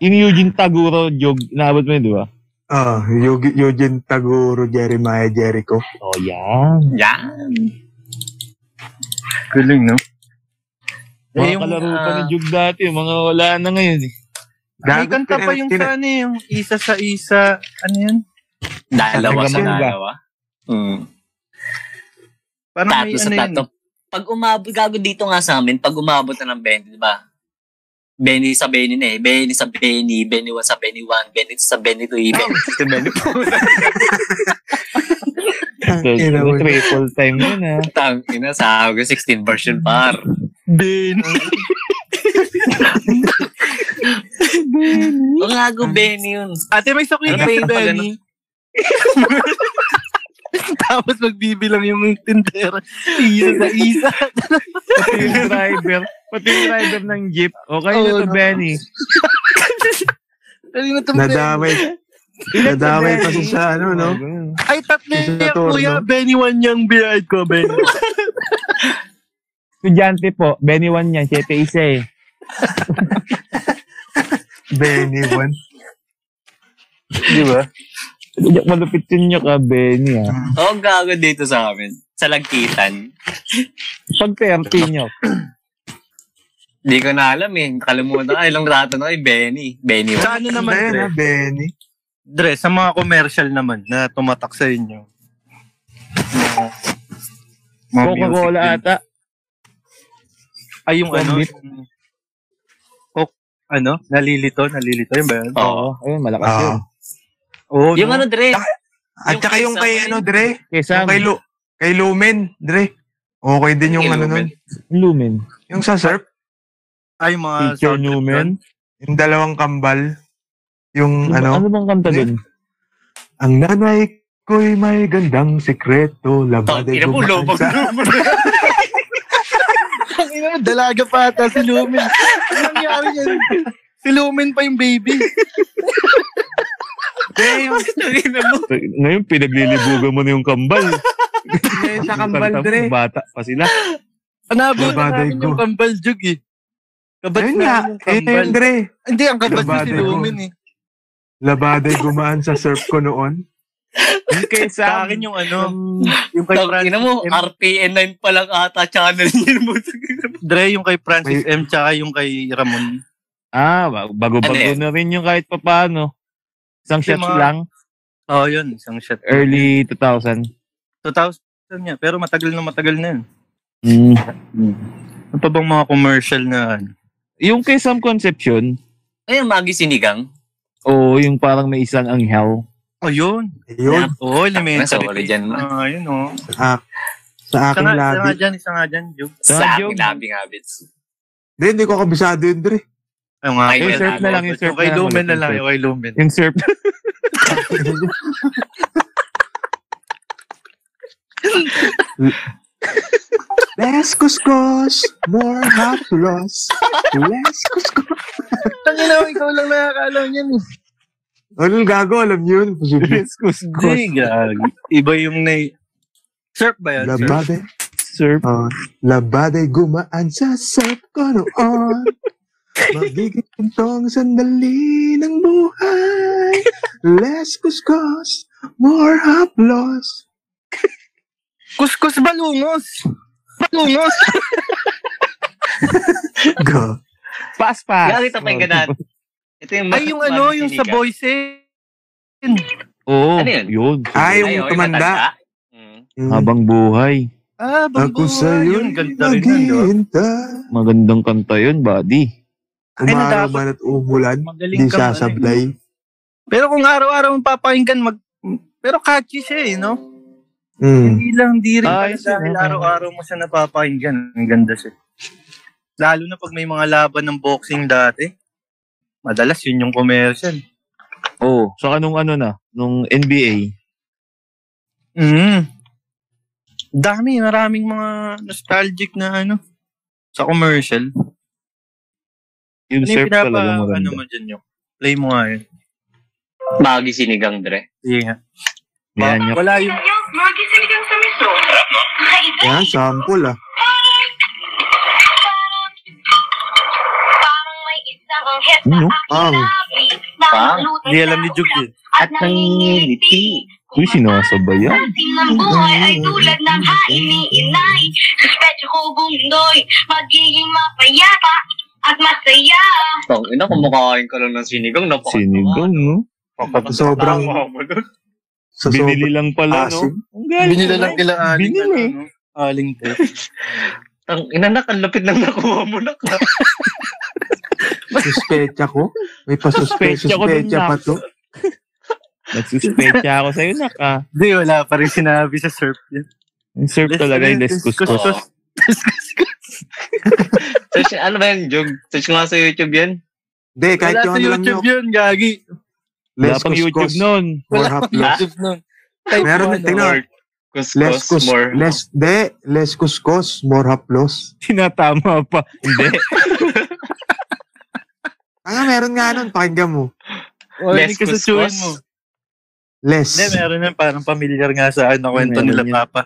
Yung Eugene Taguro joke, inaabot mo yun, di ba? Ah, Yugi- Eugene Taguro, Jeremiah Jericho. Oh, yan. Yan. Galing, no? Mga Eh, yung, kalaro pa ni ah, Jug dati, mga wala na ngayon eh. May kanta pa yung sa ano, yung isa sa isa. Ano yun? Dalawa sa Hanggang ba? dalawa. Mm. Parang may Tato sa ano yun. tato. Pag umabot, gago dito nga sa amin, pag umabot na ng 20, di ba? Benny sa Benny na eh. Benny sa Benny, Benny 1 sa Benny 1, Benny 2 sa Benny [laughs] 2, Benny 3 sa Benny 4. So, Ina mo. triple time yun [laughs] ah. Tang, ina, sa 16 version par. Bin. Ang gago Benny yun. [laughs] Ate, may sakit Ano ka ba Ano? si yung Benny. [laughs] Tapos magbibilang yung tindera. Isa sa isa. Pati yung driver, pati yung driver ng jeep. Okay na Oo, to, no. Benny. Ano na itong Nadamay. [laughs] Nadamay pa siya sa ano, no? Benny? Ay, tatlo Isa yung sa turno. kuya. Benny one yung biyayad ko, [laughs] Benny. Estudyante po, Benny 1 yan, 7 isa eh. Benny One. Di ba? Malupitin nyo ka, Benny ah. Oh, ang gago dito sa amin. Sa Lagkitan. Pag 30 nyo, Di ko na alam eh. Nakalimutan ko. Ay, ilang rato na kay Benny. Benny Sa [laughs] ano naman, Ayun, Dre? ah, Benny. Dre, sa mga commercial naman na tumatak sa inyo. Mga- mga music din. Coca-Cola ata. Ay, yung ano? Combit. yung- Coke, ano? Nalilito, nalilito. Yun ba? yun? Oo. Oo, ayun, malakas yun. Ah. Oo. Yung no? ano, Dre? At saka yung kay ano, Dre? Kesa, Yung kay, Lu kay Lumen, Dre. Okay din yung Kay ano Lumen. nun. Lumen. Yung sa surf, Ay, yung mga sound Teacher trip Newman. yung dalawang kambal. Yung Ano, ano, ano bang kanta Ano dun? ang nanay ko'y may gandang sikreto. Labade Tangina mo, lobog. [laughs] gumansa. [laughs] Ang ina mo, dalaga pa ata si Lumen. Ano nangyari yan? Si Lumen pa yung [laughs] baby. Damn! Ngayon, pinaglilibugan mo na yung [laughs] kambal. Ngayon sa kambal, Kanta mo, Dre. Bata pa sila. Anabo na Labaday namin ko. yung kambal jug eh. Kabat Ayun namin nga, yung ito kambal. yung Dre. Eh, Hindi, ang kabat niya si Labaday ko. Lumen eh. Labade gumaan sa surf ko noon. Yung Sa [laughs] kesa, um, akin yung ano, yung kay Francis Tangina mo, M. RPN 9 pa lang ata channel [laughs] niya mo. Dre, yung kay Francis M. Tsaka yung kay Ramon. Ah, ba- Ano bago-bago yun? na rin yung kahit papaano. Isang Yung shots mga- lang, Oo, oh, yun. Isang shot. early 2000. 2000 niya. Pero matagal na matagal na yun. Hmm. Mm. Ano pa bang mga commercial na ano? Yung kay Sam Concepcion, Ayun, Magi Sinigang. o yung parang may isang anghel. Oh, yun. Ayun, Oo, oh, elementary. Sorry dyan. man. Ah, yun oh. sa Isa aking nga, isa nga labi. dyan, isa nga dyan, Jug. Sa Sa joke. akin, labi nga, bits. Hindi, hindi ko kabisado yun, Dre. Ayun nga. Ay, Yung Yung well, surf na lang, yung surf kay na lang. Lumen ulit, na lang, yung yung kay Lumen. surf. Yung surf. Less kuskus, more haplos. Less kuskus. Tangina mo, ikaw lang eh. nakakaalam yan. Ano gago, alam niyo yun. [laughs] Posible. Yes, kuskus. Hindi, gag. Iba yung na... Surf ba yun? Surf? Labade. surf. Oh, labaday gumaan sa sap ko noon. Magiging tong sandali ng buhay. Less kuskus, more haplos. Kuskus balungos! Balungos! Go. Pass, pass. Galit ang may ganat. Ito Oh. yung Ay, yung ano, yung sa Boysen. Oo, Ano yun? yun. Ay, yung tumanda. Hmm. Habang buhay. Ah, Ako bambu. sa'yo Yun, ganda rin yun. no? maghihintay. Magandang kanta yun, buddy. Umaraw Ano dapat- man at umulan, Magaling di ka pa rin. sasablay. Pero kung araw-araw ang papakinggan, mag... Pero catchy siya eh, no? Mm. Hindi lang, hindi rin pala Ay, dahil sinabi. araw-araw mo siya napapakinggan. Ang ganda siya. Lalo na pag may mga laban ng boxing dati. Madalas yun yung commercial. Oo. Saka nung ano na, nung NBA. Mm. Dami, maraming mga nostalgic na ano sa commercial. Yung Ano surf yung pinapa, talaga ano maganda. mo dyan yung play mo nga yun. Magi sinigang, Dre. Sige nga. Yan, yung- Wala yung Yan, sample ah. Ano? Ang. Pang? Hindi alam ni Jug eh. At nangingiliti. Uy, sinasabay yan. Ating ng buhay ay tulad ng hainiinay. Suspecho ko bundoy, magiging mapayapa at masaya. Tang ina, kumakain ka lang ng sinigang. Napakatawa. Sinigang, no? Sobrang, sa sobrang Binili lang ano? pala, no? asim. Ang galing. Binila lang nila aling. Binili. ano, eh. no? Aling te. Tang ina, nak, ang lapit lang nakuha mo, nak. Suspecha ko. May pasuspe, Suspecha ko dun suspecha na. pa to. Nagsuspecha ako sa'yo, nak, ah. Hindi, wala pa rin sinabi sa surf yun. Yung surf Let's- talaga, yung let's leskus-kus. discuss. [laughs] Search, ano ba yan, Jug? Search nga sa YouTube yan. Hindi, kahit Wala sa yung ano lang YouTube yun. yun, Gagi. Wala pang YouTube nun. More Wala. haplos. YouTube nun. Type Meron mo, na, ano. tingnan. More Kuskus, Less kus, more. less, de, less kuskus, more haplos. Tinatama pa. Hindi. Ah, meron nga nun, pakinggan mo. O, Less Oh, hindi ka sa kuskus. tsuhin mo. Less. Hindi, meron yun. Parang familiar nga sa ano, kwento Meron nila yun. Papa.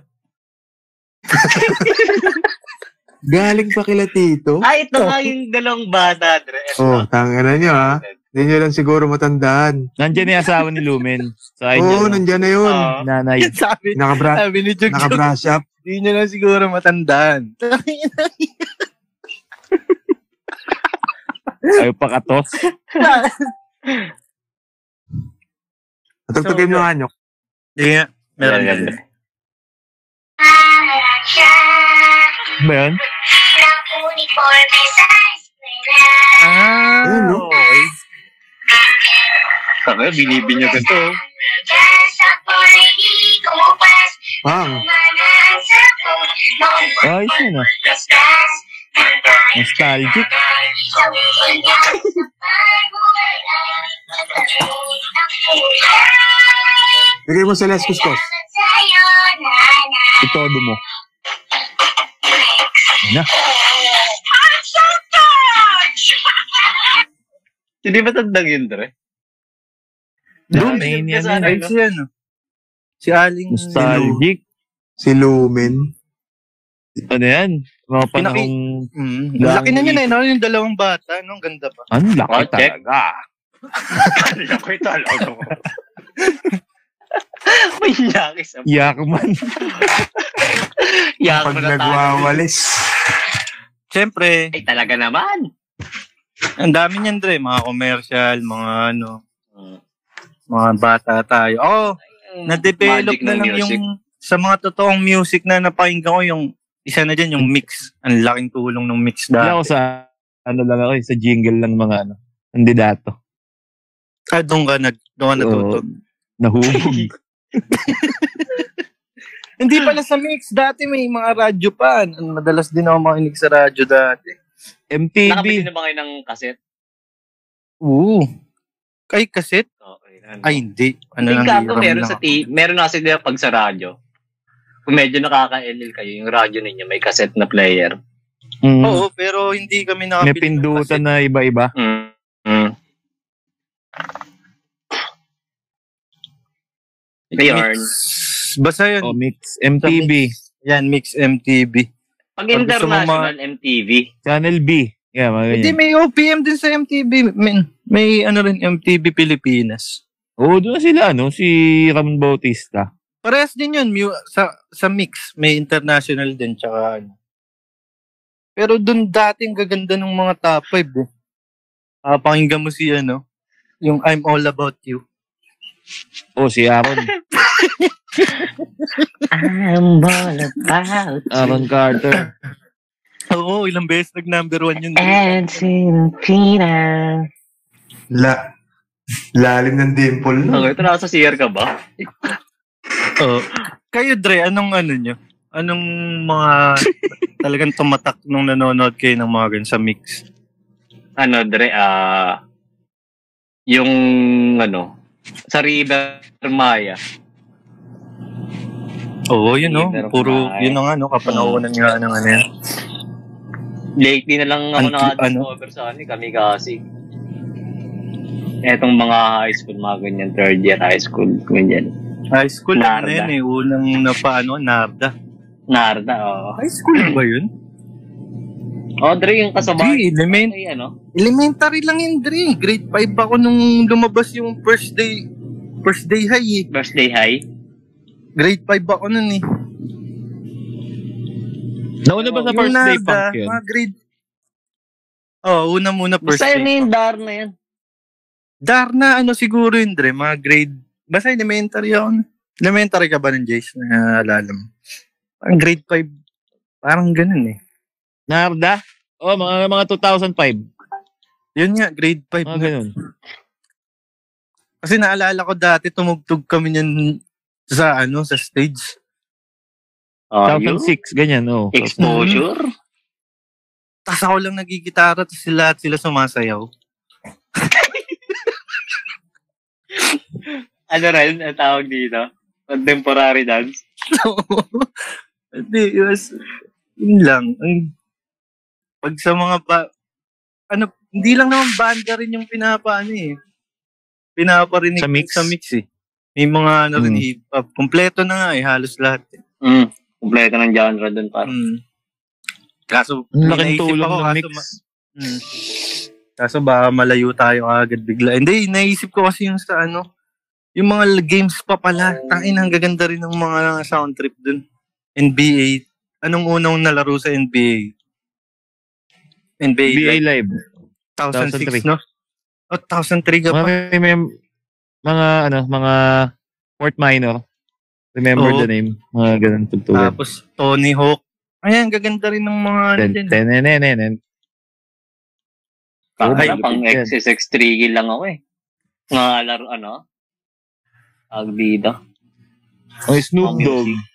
Galing pa kila Tito. Ah, ito nga yung dalawang bata, Dre. Oh, tanga na nyo ha. Hindi nyo lang siguro matandaan. Nandiyan yung asawa ni Lumen. Sa kanya. Oo, oh, no? nandiyan na yun. Ah. Oo. Nanay. [laughs] sabi, [laughs] Nakabra sabi ni Jug, Jug, nakabrush up. hindi nyo lang siguro matandaan. Ayaw pa katos. Natugtugin mo anyok. Sige nga. Meron Meron yan, yun. Dre. Ba yun? Ah, Ayun, no? Oh, okay. Tang ina, binibinyag ito. oh. Pang. Ay, siya na. Nostalgic. Bigay mo sa less kuskus. Itodo ano mo. Na. Hindi ba tandang yun, Dre? Doon. Ay, Yan, sa yan. Ay, ano? si ano? Si Aling... Nostalgic. Si Lumen. Ano yan? Mga panahong... Mm, ang laki na yun eh, no? Yung dalawang bata, no? Ang ganda pa. Ano? Laki Oh, check. talaga. Kala ko ito, alam ko. [laughs] May yakis. ang- Yakman. Yakman Pag na tayo. nagwawalis. Siyempre, Ay, talaga naman. ang dami niyan, Dre. Mga commercial, mga ano, mga bata tayo. Oo, oh, na-develop Magic na ng lang music. yung, sa mga totoong music na napakinggan ko, yung isa na dyan, yung mix. Ang laking tulong ng mix Wala ako dati. sa... Ano lang ako eh, sa jingle lang mga ano. Hindi dato. Ah, doon ka, nag, doon ka natuto. Oo. Nahubog. Hindi pala sa mix. Dati may mga radyo pa. Ang Madalas din ako makinig sa radyo dati. Nakabili MTV. na ba kayo ng kaset? Oo. Kay kaset? Okay. Ano? Ay, hindi. Ano Ano lang, gago, hiram meron lang sa ako. TV, meron na kasi nila pag sa radyo. Kung medyo nakaka-LL kayo, yung radyo ninyo may cassette na player. Mm. Oo, pero hindi kami nakabili. May pindutan ng na iba-iba. Mm. Mm. kaset. Ayun. Mix. Basta yun. Oh, Oh. O, mix. MTV. Yan, Mix MTV. Pag Pag gusto mo international, MTV. Channel B. Yeah, mga Hindi, ganyan. may OPM din sa MTV. May, may ano rin, MTV Pilipinas. Oo, doon na sila, no? Si Ramon Bautista. Parehas din yun, mu- sa, sa mix. May international din, tsaka ano. Pero dun dating gaganda ng mga top 5 eh. Ah, pakinggan mo si ano, yung I'm All About You. Oo, Oh, si Aaron. I'm all about Aaron Carter. Oo, ilang beses nag number one yun. eh. and Filipina. La, lalim ng dimple. no? Okay, ito na sa CR ka ba? Oo. Kayo, Dre, anong ano nyo? Anong mga talagang tumatak nung nanonood kayo ng mga ganun sa mix? Ano, Dre, ah... yung, ano, sa River Maya. Oo, yun no? Neither Puro, have I. yun na nga no? Kapanahonan nga ng ano yan. Lately na lang ako Anti- nakadiscover sa ano, kami kasi. Etong mga high school, mga ganyan, third year high school, ganyan. High school lang na Narda. yan eh. Unang na paano, Narda. Narda, oo. High school ba yun? Oh, Dre, yung kasama. eh, Di, element, Ay, ano? elementary lang yun, Dre. Grade 5 ako nung lumabas yung first day, first day high eh. Birthday high? Grade 5 ako nun eh. Ano Nauna ba sa first day punk yun? mga grade... Oh, una muna first day Basta yun na yung dar na yan. Darna, ano siguro yun, Dre? Mga grade... Basta elementary yun. Elementary ka ba ng Jace? Naalala mo. Ang grade 5, parang ganun eh. Narda? Oo, Oh, mga, mga 2005. Yun nga, grade 5. Mga ganun. Kasi naalala ko dati, tumugtog kami niyan sa ano, sa stage. Oh, yun. 2006, ganyan, oh. oo. Exposure? Mm-hmm. Tapos ako lang nagigitara, tapos sila at sila sumasayaw. [laughs] ano rin ang tawag dito? Contemporary dance. Hindi, it was, yun lang. Ang- Pag sa mga ba, ano, hindi lang naman banda rin yung pinapaano eh. Pinaparinig Sa mix? sa mix eh. May mga ano rin Mm. hip-hop. Kompleto na nga eh, halos lahat. eh. Mm. Kompleto ng genre dun parang. Mm. Kaso, Ang may laking naisip tulong ako, ng kaso mix. ma- Mm. Kaso baka malayo tayo agad bigla. Hindi, naisip ko kasi yung sa ano, yung mga l- games pa pala. Tangin, ang gaganda rin ng mga sound trip dun. NBA. Anong unang nalaro sa NBA? NBA, BA like, Live. 2006, 2003. no? Oh, O, 2003 ka Mga, pa. remem- mga, ano, mga Fort Minor. Oo. Remember the name. Mga ganun tugtugan. Tapos, Tony Hawk. Ayan, gaganda rin ng mga ano Ten, dyan. ten, ten, ten, ten, Oh, ten. Parang Ay, ano, pang lupit yan. XSX Trigil lang ako eh. Nga laro ano? Tawag dito. Oh, Snoop Pang Dogg. music.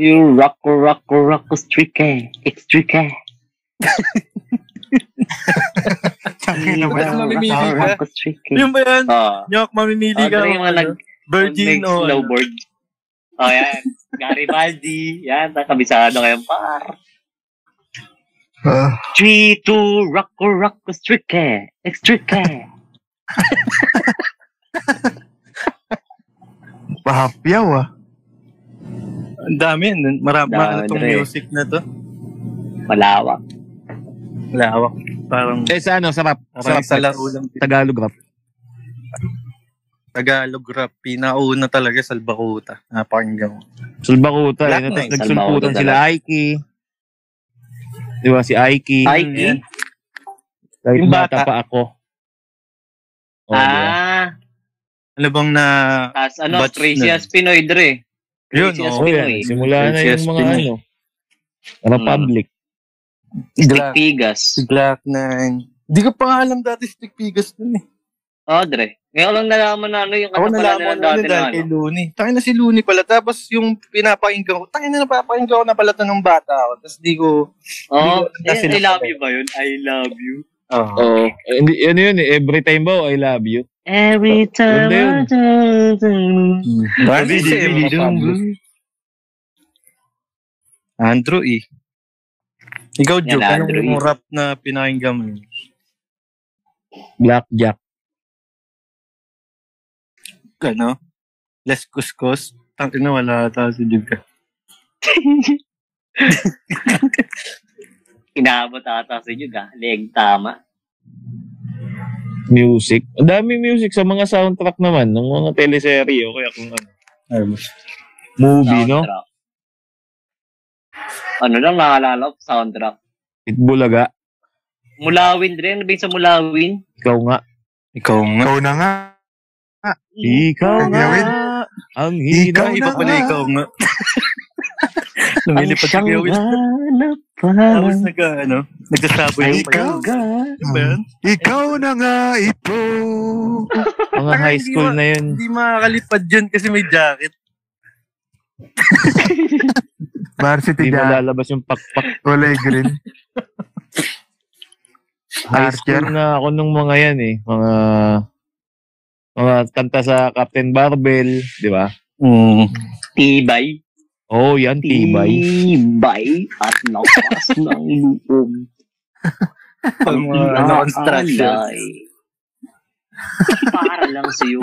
You rock, rock, rock, tricky. It's tricky. Tangina mo. Mas mamimili ka. Rock, tricky. Yun ba yan? Ah. Nyok, mamimili Ah, ka. ano? dali yung mga nag- Virgin o Next ano? snowboard. Oh, yan. Garibaldi. Yan, nakabisado kayong par. Ah, 3, 2, rock, rock, strike, strike. pahapyaw ah. Ang dami. nun. Marami Dami, ano tong Dre. music na to. Malawak. Lawak. Parang Eh, sa ano, sarap. Parang Sarap sa sa larulang Tagalog rap. Tagalog rap. Pinauna talaga sa Albacuta. Napakinggan ko. Sulbakuta. Lahat Eh, no? na Tapos eh, nagsulputan Salbakuta sila talaga. Aiki. Di ba, si Hmm, Aiki. Ay, eh. Yan. Kahit yung bata bata. pa ako. Oh, di ba? ah, Ano bang na... tas ano, Batch Crazy na. as Pinoy, Dre. Yun, Crazy as oo, Oh, yan. Pinoy. Simula na yung Yes, mga Pinoy. ano. Republic. Black. Tiktigas. Black Nine. Hindi ko pa nga alam dati Stick Pigas nun eh. Oh, Dre. Ngayon lang nalaman na ano yung Ako katapalan nalaman nila ko dati na na dahil kay ano. Looney. Tangin na si Looney pala. Tapos yung pinapakinggan ko, tangin na napapakinggan ko na pala to ng bata ako. Tapos di ko... Oh, Hindi ko alam eh, sila I love pala. you ba yun? I love you. Oh. Oo. Eh, Hindi, ano yun eh. Every time ba, I love you. Every time Ganda yun. I Bakit si Emma Pablo? Andrew E. Ikaw, Yan, Juke, Andrew anong E. rap na pinakinggan mo? Blackjack. ano? Less kuskus. Tangin na wala ata si Jib ka. Inaabot ata sa inyo, galing, tama. Music. Ang daming music sa mga soundtrack naman, ng mga teleserye o kaya kung ano. Movie, no? Soundtrack. Ano lang naalala ko, soundtrack. Itbulaga. Mulawin rin, ano ba yung sa Mulawin? Ikaw nga. Ikaw nga. Ikaw na nga. Mm. Ikaw nga. Gawin. Ang hirap. Ikaw na Iba pala nga. ikaw [laughs] nga. Ang Lumilipad siyang yung gawin. hanap Tapos para [laughs] nag, ano, nagsasaboy ay yung pa ikaw. yun. kaga. Ano ba yun? Ikaw na nga ito. Mga Tanga, high hindi school ma- na yun. Hindi makakalipad yun kasi may jacket. Varsity Hindi dyan. malalabas yung pakpak. Kulay green. High school Archer. na ako nung mga yan eh. Mga mga kanta sa Captain Barbell, di ba? Mm. Hmm. Tibay. Oh, yan, tibay. Tibay at lakas [laughs] ng loob. Pang mga ano, construction. Inaalay. Para lang sa'yo.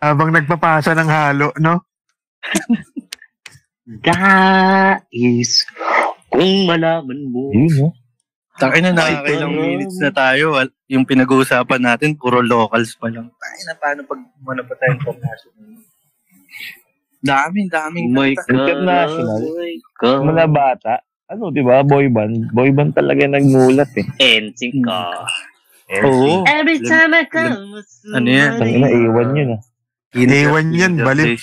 Habang nagpapasa ng halo, no? Dais. Kung malaman mo. Yun, no? Takin na, nakakailang minutes na tayo. Wal- Yung pinag-uusapan natin, puro locals pa lang. Takin na, paano pag ano pa tayong pumasok? Daming, daming. May kanta. International. kalaboy ka. Mga bata. Ano, di ba? Boy band. Boy band talaga nagmulat eh. Ensing ka. Oo. Every time I come, come, Ano yan? Tangin na, iwan yun ah. Iwan yan, balik.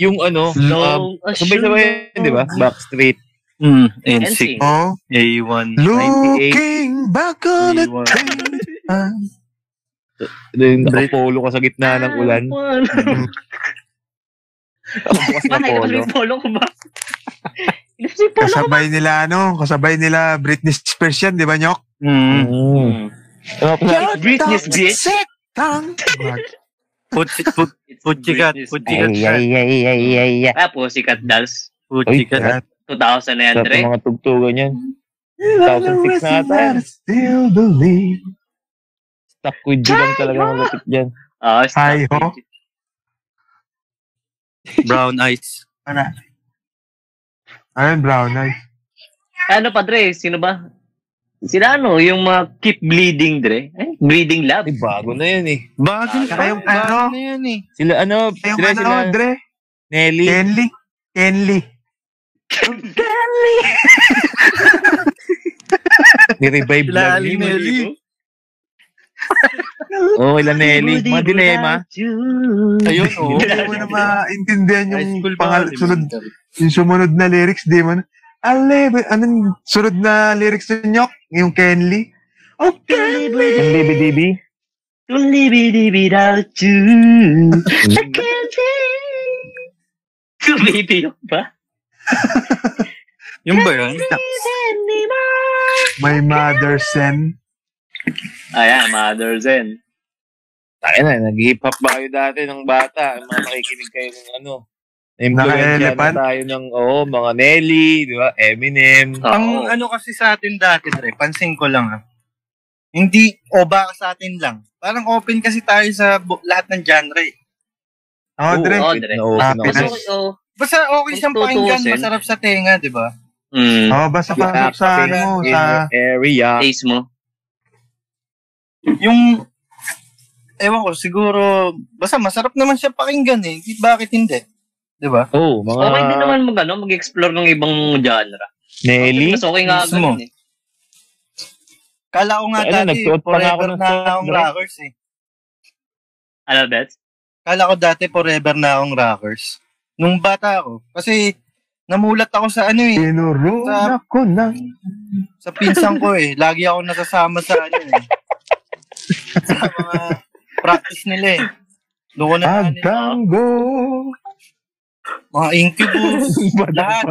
Yung ano, um, sabay-sabay, di ba? Backstreet. Mm, Ensing. NSYNC. Oh. A1. Looking back on it. A1. Then, nakapolo ka sa gitna ng ulan. Bukas na Bakit polo. may polo ko ba? Ilabas yung polo ko ba? Kasabay nila, ano? Kasabay nila Britney Spears yan, di ba, Nyok? Mm. Hmm. Mm. Ano pa It's Britney Spears. Tang! Putsi, put, It's putsikat, Britney putsikat, Spears. ay, ay, ay, ay, ay. Ah, Pussycat Dolls. putsikat. 2000 na yan, Sarap Dre. ng mga tugtugan yan. 2006 na ata. yan. Still believe. Stuck with you lang talaga malapit dyan. Ah, Hi, ho. Brown eyes. Ano Ayun, brown eyes. Ano pa, Dre? Sino ba? Sila ano, yung mga keep bleeding, Dre. Eh, bleeding love. Ay, bago na yan eh. Bago Saka yung ano, na yan eh. Sila ano, yung sila, ano, sila, Dre? Nelly. Kenley? Kenley. Ni-revive lang. Lali Nelly. Oh, kila Nelly. Mga eh, dilema. Ayun, oh. oo. Hindi mo na maintindihan High yung school pa, pangal di ba? sunod, yung sumunod na lyrics, di mo na. Ale, ba- anong sunod na lyrics ni Nyok? Yung Kenley? Oh, Kenley! Yung BBDB. Don't leave it without [laughs] you. I can't live. Baby, yun ba? Yun ba yun? My mother sent. Ayan, Mother Zen. Tayo na, nag-hip hop ba kayo dati ng bata? Mga makikinig kayo ng ano. Influensya na Naka-elephant? tayo ng, oo, mga Nelly, di ba? Eminem. [laughs] Oh, Ang ano kasi sa atin dati, Dre, pansin ko lang ah. Hindi, o baka sa atin lang. Parang open kasi tayo sa bu- lahat ng genre. eh. Oh, Oo, Dre. Oh, Dre. Oo, Ah, sinabi Pinas. ko. oh. Basta okay siyang Kung pakinggan, tutuusin. masarap sa tenga, di ba? Mm. Oh, basta pa sa ano mo, sa... area. Taste mo. Yung, ewan ko, siguro, basta masarap naman siya pakinggan eh. Di- Bakit hindi? Di ba? Oh, mga Okay Ah. din naman mag, ano, mag-explore ng ibang genre. Nelly. Mas okay nga Mismo. ganun eh. Kala ko nga Ano, dati, nagsuot pa nga ako forever ng na suot, akong Dre. rockers eh. Ano, Bet? Kala ko dati forever na akong rockers. Nung bata ako. Kasi namulat ako sa ano eh. Tinuruna ko na. Sa pinsang ko eh. Lagi ako nasasama sa ano eh. sa mga practice nila eh. Doon ko na Ah, ano, Pagtango. mga incubus. [laughs] lahat.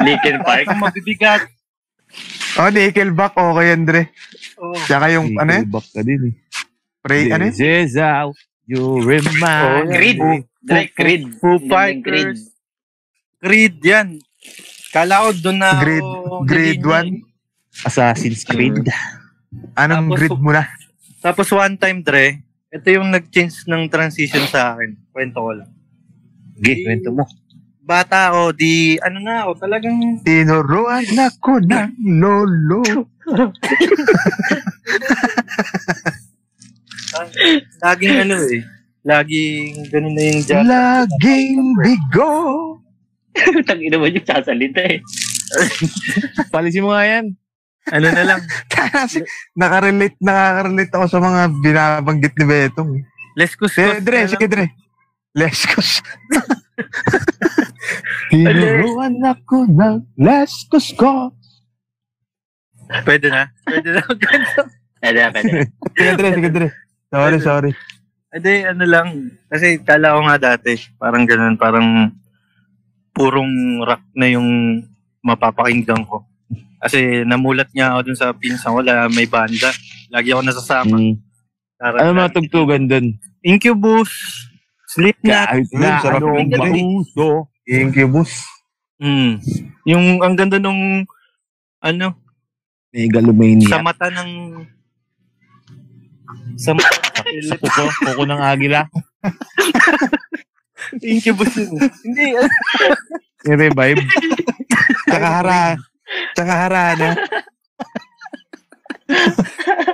Linkin Lahat Park? ng mabibigat. Oh, Nickelback, okay yan, Dre. Oo. Tsaka yung, ano yun? Back ka din eh. ah, Pray, ano yun? This is how you remind Oh, Creed. me. Dre, Creed. Foo Yun yung Creed. Fighters. Creed yan. Kala ko doon na ako Grade, grade nalinya, 1. Assassin's Creed. Anong Tapos- grade mo na? eh. Tapos one time, Dre, Ito yung nag-change ng transition sa akin. Kwento ko lang. Sige, kwento mo. Bata ako, di, ano na ako, talagang, Tinuruan ako ng lolo. ah, laging ano eh. Laging ganun na yung dyan. Laging bigo. [laughs] Tang ina mo yung sasalita eh. Palisin mo nga yan. Ano na lang, Kasi nakarelate, nakarelate ako sa mga binabanggit ni Betong. let's go. Sige, Dre, sige, Dre. Leskos. Tinuruan ako ng leskos ko. Pwede na. Pwede na. Pwede na, pwede [laughs] na. Sige, Dre, sige, Dre. Sorry, sorry. Hindi, ano lang. Kasi kala ko nga dati, parang ganun, parang purong rock na yung mapapakinggan ko. Kasi namulat nga ako dun sa pinsan ko, la, may banda. Lagi ako nasasama. Parang, Mm. Ano mga tugtugan dun? Incubus, Slipknot. Kahit na anong mauso. Incubus. Mm. Yung ang ganda nung ano, sa Megalomania. mata ng sa mata Sa kuko, kuko ng agila. Incubus [laughs] yun. Hindi, ano, I-revive. Tsaka hara. Tsaka harana.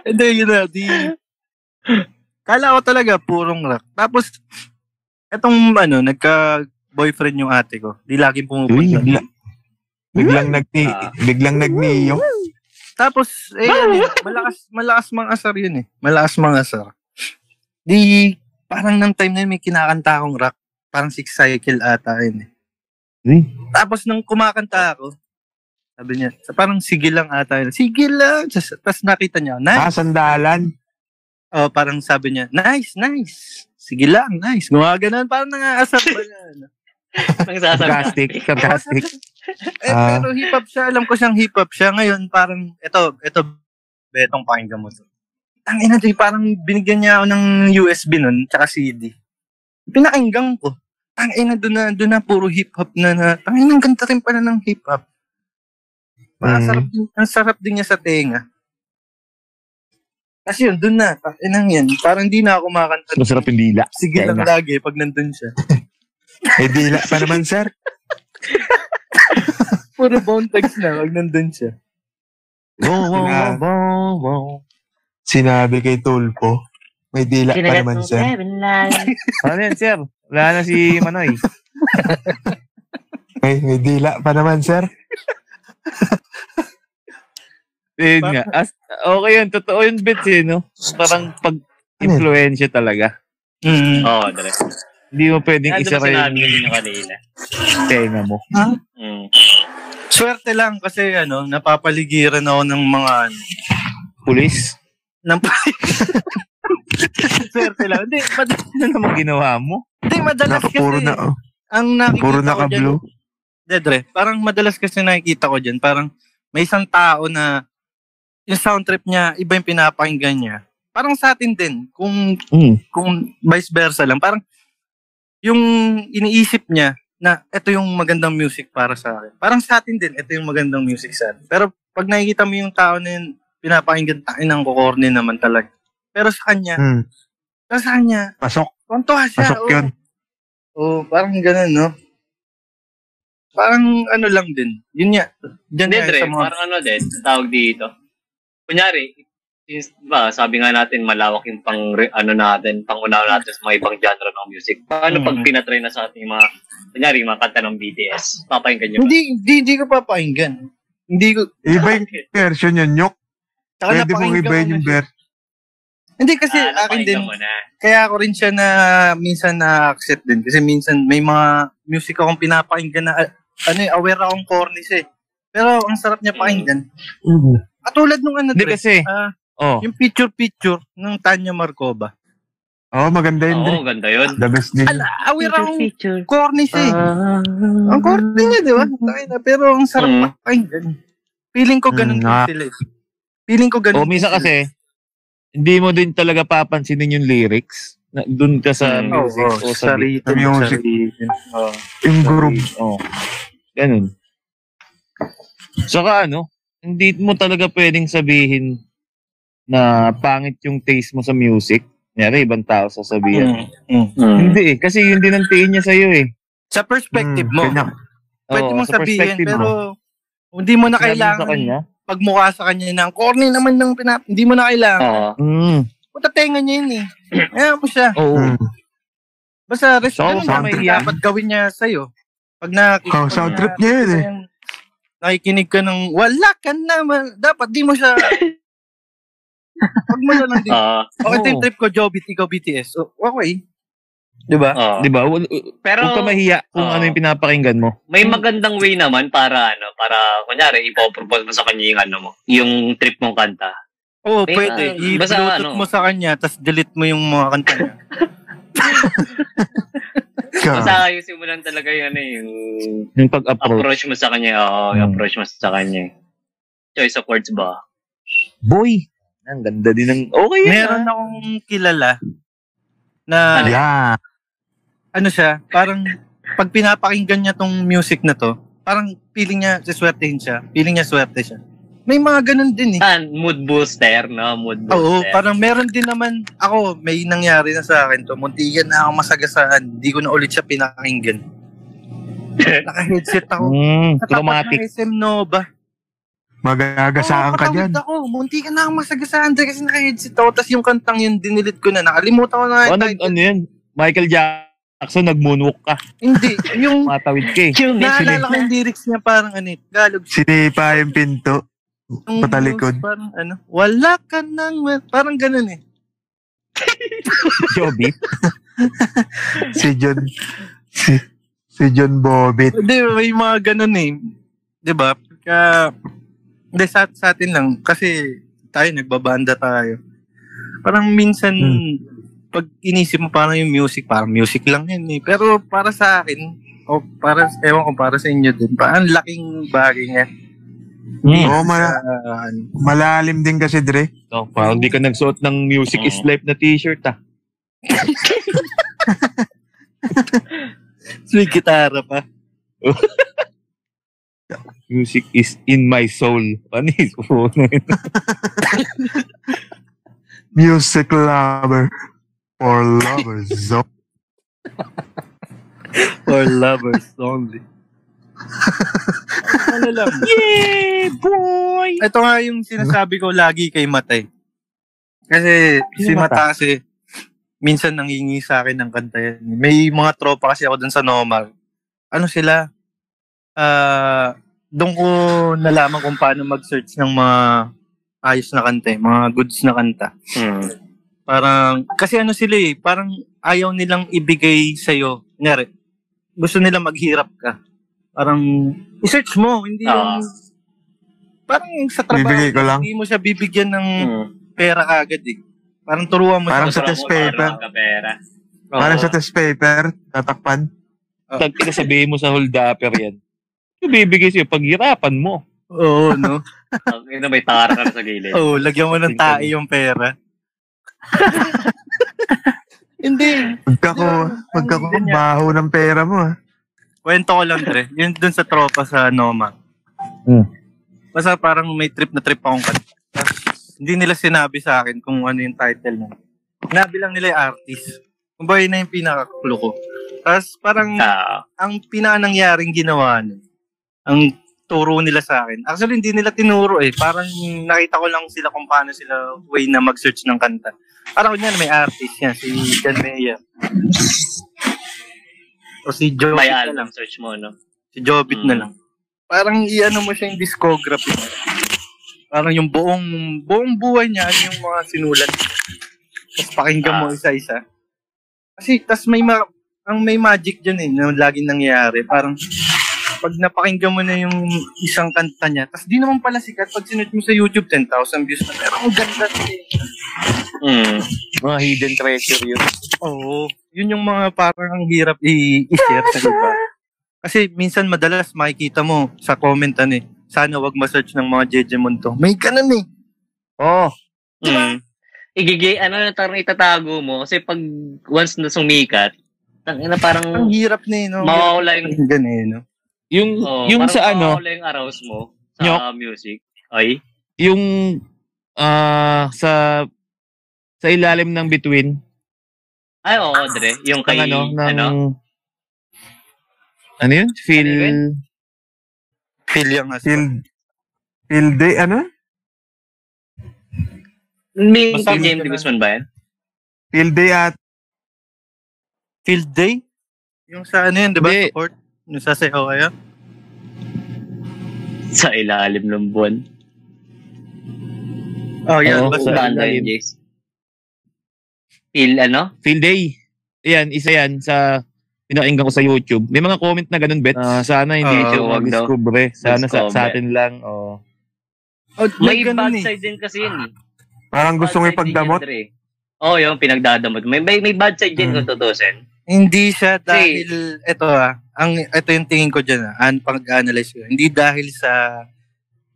Hindi, yun na. Di... Kala ko talaga purong rock. Tapos, etong ano, nagka-boyfriend yung ate ko. Di laging pumupunta. bigla. Biglang nagni, Ah. biglang nagniyo. Tapos, eh, ano, yun, malakas, malakas mang asar yun eh. Malakas mang asar. Di, parang ng time na yun, may kinakanta akong rock. Parang six cycle ata yun eh. Eh? Tapos nung kumakanta ako, sabi niya, sa parang sige lang ata yun. Sige lang! Tapos tapos nakita niya, na [laughs] Ah, sandalan. Oh, parang sabi niya, nice, nice. Sige lang, nice. Gumawa ganun, parang nangaasar [laughs] pa niya. ano. Nang sasalita. Sarcastic. Sarcastic. eh, Ah. pero hip-hop siya. Alam ko siyang hip-hop siya. Ngayon, parang, eto, eto, betong pakinggan mo to. Ang ina, Jay, parang binigyan niya ako ng USB nun, tsaka CD. Pinakinggan ko. Ang ina, doon na, doon na, puro hip-hop na na. Ang ina, ang ganda rin pala ng hip-hop. Ang Mm. sarap, din- ang sarap din niya sa tenga. Kasi yun, doon na. Ang ina yan. Parang hindi na ako makakanta. Masarap yung dila. Sige lang Tenga. lagi pag nandun siya. [laughs] Eh, dila pa naman, sir. Puro bone tags na pag nandun siya. Sinabi, sinabi kay Tulpo, may dila pa Kinagat naman, mo sir. seven lives. Ano yan, sir? Wala na si Manoy. May, may dila pa naman, sir. Yun nga. As, okay yun. Totoo yun, Bits, eh, no? Parang pag-influensya talaga. Mm. Oo, Dre. Hindi mo Ano pwedeng ba isa kayo sinabi niyo kanina? tenga mo. Mm. Ano Swerte lang kasi ano, napapaligiran ako ng mga ano, Pulis. ng [laughs] Swerte lang. Hindi, madalas na naman. Ang ginawa mo. [laughs] Hindi, madalas kasi. Nakapuro na, oh. ang nakikita Puro ko dyan- naka-blue. Hindi, Dre. Parang madalas kasi nakikita ko dyan, parang may isang tao na yung sound trip niya, iba yung pinapakinggan niya. Parang sa atin din, kung Hmm. Mm. kung vice versa lang, parang yung iniisip niya na ito yung magandang music para sa akin. Parang sa atin din, ito yung magandang music sa atin. Pero pag nakikita mo yung tao na yun, pinapakinggan tayo ng kukorne naman talaga. Pero sa kanya, Hmm. pero sa kanya, Pasok. kontuha siya. Pasok yun. Oo, Oh, parang ganun, no? Parang ano lang din. Yun nga. Diyan Hindi, nga Dre. sa mga- Parang ano din, tawag dito. Kunyari, since, ba, sabi nga natin, malawak yung pang, ano natin, pangunaw natin sa mga ibang genre ng music. Paano pag Mm. pinatry na sa ating mga, kunyari, yung mga kanta ng BTS, papahinggan nyo ba? Hindi, hindi, hindi ko papakinggan. Hindi ko. Iba yung version yun, Nyok. Saka Pwede mong napakinggan ko ibahin na yung siya. version. Hindi kasi Ah, akin din. napakinggan mo na. kaya ako rin siya na minsan na-accept din. Kasi minsan may mga music akong pinapakinggan na ah, ano eh, aware akong corny siya eh. Pero ang sarap Mm. niya pakinggan. Mm-hmm. Katulad nung ano, Hindi Dre, kasi. ah, Oh. yung picture-picture ng Tanya Markova. Oo, maganda yun, Dre. Oo, ganda yun. The best din. Ala, aware akong Ah, corny siya eh. ang corny niya, di ba? Tangina, pero ang sarap Mm. pakinggan. Feeling ko ganun Mm, din na- sila eh. Feeling ko ganun. O minsan din sila. kasi, hindi mo din talaga papansinin yung lyrics. Na, dun ka sa Mm. Oo, music oh, o sa beat. Sa music. Oh. Yung groove. Oh. Ganun. Saka ano, hindi mo talaga pwedeng sabihin na pangit yung taste mo sa music Kunyari, ibang tao sasabihan. Mm. Hindi eh, kasi yun din ang tingin niya sa'yo eh. Sa perspective mo. Hmm, Kanya, Pwede Oo, mong oh, sa sabihin, perspective pero mo. hindi mo na Sinabi mo kailangan Sa kanya? pagmukha sa kanya ng corny naman ng pinap. Hindi mo na kailangan. Oo. Hmm. Mm. Puta tenga niya yun eh. Ayan mo siya. Oo. mm, Basta rest Oo, ano na sound may trip. dapat gawin niya sa'yo. Pag na... pag Oh, sound na- trip niya yun eh. Nakikinig ka ng wala ka naman. Dapat di mo siya... Huwag mo na lang din. Ah, Oo. Okay, ito yung Oo. trip ko, Joe, BT, ikaw BTS. O, okay. Di ba? Oo. Di ba? Wal- Huwag Pero ka mahiya kung Oo. ano yung pinapakinggan mo. may magandang way naman para ano, para kunyari ipopropose mo sa kanya yung ano mo, yung trip mong kanta. Oo, May- pwede. ah, i basta Bluetooth ano. mo sa kanya, tapos delete mo yung mga kanta niya. Kasi ka. ayusin mo lang talaga yung ano, yung Yung pag-approach. approach mo sa kanya, oo, yung Hmm. approach mo sa kanya. eh. Choice of words ba? Boy! Ang ganda din ng... Okay Ah. yan Meron ah. akong kilala na Yeah. ano siya, parang pag pinapakinggan niya tong music na to, parang feeling niya siswertehin siya. Feeling niya swerte siya. May mga ganun din eh. Ah, mood booster, no? Mood booster. Oo, parang meron din naman ako, may nangyari na sa akin to. Muntikan na ako masagasaan. Hindi ko na ulit siya pinakinggan. Naka-headset ako. Mm, Sa tapat traumatic. ng SM Nova. Magagasaan Oo, ka dyan. patawid ako. Munti ka na akong masagasaan dyan kasi naka-headset ako. Tapos yung kantang yun, dinilit ko na. Nakalimutan ko na nga O, yung nag, title. ano yun? Michael Jackson, nag-moonwalk ka. Hindi. Yung Matawid [laughs] ka eh. naalala ko yung lyrics niya parang ano eh, Tagalog. Sinipa yung pinto. Yung Patalikod. blues, Parang ano, wala ka nang, wel- parang ganun eh. Joby. Si John. Si, si John Bobit. Hindi, may mga ganun eh. Di ba? Kaya, hindi, sa, sa atin lang. Kasi tayo, nagbabanda tayo. Parang minsan, pag inisip mo parang yung music, parang music lang yun eh. Pero para sa akin, o para, ewan ko, para sa inyo din, parang ang laking bagay niya. Mm. Oo, mala- Ah, ano. malalim din kasi, Dre. No, parang hindi ka nagsuot ng Music is Oh. Life na t-shirt ah. May gitara pa. Music is in my soul. Ano is po? [laughs] Music lover. For lovers. Oh. For lovers only. [laughs] ano lang. yeah, boy! Ito nga yung sinasabi ko lagi kay Matay. Kasi si Sino Matay? Matay kasi minsan nangingi sa akin ng kanta yan. May mga tropa kasi ako dun sa normal. Ano sila? Ah, doon ko nalaman kung paano mag-search ng mga ayos na kanta, eh, mga goods na kanta. Hmm. Parang, kasi ano sila eh, parang ayaw nilang ibigay sa'yo. Ngari, gusto nila maghirap ka. Parang, isearch mo, hindi Ah. yung, parang sa [laughs] trabaho, Bibigay ko lang. hindi mo siya bibigyan ng Hmm. pera agad eh. Parang eh, turuan mo Parang siya. sa test paper. Oo. Parang sa test paper. Tatakpan. Pag sabihin mo sa holdapper yan, yung bibigay sa'yo, paghirapan mo. Oo, no? Ang ina may tara ka na sa [laughs] gilid. Oo, lagyan mo ng tae yung pera. hindi. Magkako, magkako, baho ng pera mo, ah. Kwento ko lang, Dre. Yun dun sa tropa sa Noma. Hmm. Basta parang may trip na trip akong kanta. Tapos, hindi nila sinabi sa akin kung ano yung title na. Sinabi lang nila yung artist. Kung ba yun na yung pinaka-clue ko. Tapos parang Ah, ang pinanangyaring ginawa nun, ang turo nila sa akin. Actually, hindi nila tinuro eh. Parang nakita ko lang sila kung paano sila way na mag-search ng kanta. Parang kunyan, may artist yan, si John Mayer. O si Joe may na lang album search mo, no? si Jobit na lang. Parang iano mo siya yung discography. Parang yung buong buong buhay niya ano yung mga sinulat. niya. Tapos pakinggan mo isa-isa. Kasi tas may ma- ang may magic dyan eh, na laging nangyayari. Parang pag napakinggan mo na yung isang kanta niya, tas di naman pala sikat pag sinulat mo sa YouTube 10,000 views na. Pero ang ganda eh. Hmm. Mga hidden treasure yun. Oo. Yun yung mga parang ang hirap i- i-share sa iba. Kasi minsan madalas makikita mo sa comment ano eh, sana wag ma-search ng mga Jejemon to. May ganun eh. Oh, Mm. Igigi, ano na tarang itatago mo kasi pag once na sumikat, tang ina Ang parang hirap na eh, no? mawawala yung Ang ganun eh, no? yung, oh, yung parang sa ano, mawawala yung arouse mo sa Nyok. music. Ay. yung ah sa sa ilalim ng between, Ay, oo, Dre. Yung kay, ng ano, ano? ng... Ano? yun? Phil... Ano yun? Feel yung as Field, field day, ano? May Basta kay James yun. D. Guzman ba yan? Field day at Field Day? Yung sa ano yun, di ba? Hindi. Support? Yung sa sayo kayo? Sa ilalim ng buwan. Oh, yan. Oo, basta sa- Banda ilalim. yun, Jace. Feel, ano? Field Day. Yan, isa yan sa pinakinggan ko sa YouTube. May mga comment na ganun, Bet. Ah, sana hindi Oo, siya wag daw. mag-discover eh. Sana sa, sa Discover. atin lang. Oh. Oh, May ganun bad eh. side din kasi yun eh. parang gusto Bad mo side din ipagdamot. yun, Dre. Oo, oh, yung pinagdadamot. May, may, may bad side din kung tutusin. Hindi siya dahil, eto ah, ang, eto yung tingin ko dyan ah, an, pag-analyze ko. Hindi dahil sa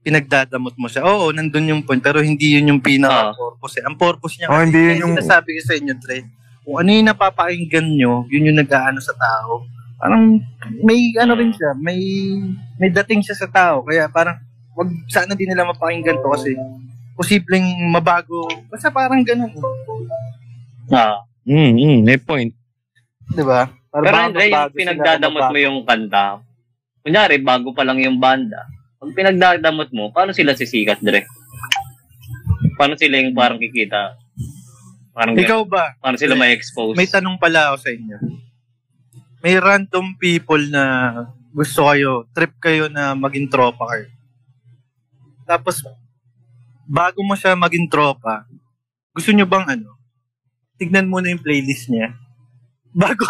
pinagdadamot mo siya. Oo, nandun yung point, pero hindi yun yung pinaka-purpose. eh. Ang purpose niya, Oh, kasi, hindi yun kaya yung- sinasabi ko sa inyo, Dre, kung ano yung napapakinggan nyo, yun yung nag-aano sa tao. Parang may ano rin siya, may may dating siya sa tao. Kaya parang wag sana din nila mapakinggan to kasi posibleng mabago. Basta parang ganun. eh. Ah. Mm, mm, may point. Di ba? Parang Pero baka Andre, mabago yung sila, ano pinagdadamot mabago. mo yung kanta, kunyari, bago pa lang yung banda, pag pinagdadamot mo, paano sila sisikat, Dre? Paano sila yung parang kikita? Parang, ganun. Ikaw ba? paano sila may expose? May tanong pala ako sa inyo. May random people na gusto kayo, trip kayo na maging tropa kayo. Tapos, bago mo siya maging tropa, gusto nyo bang ano? Tignan muna yung playlist niya. [laughs] Bago.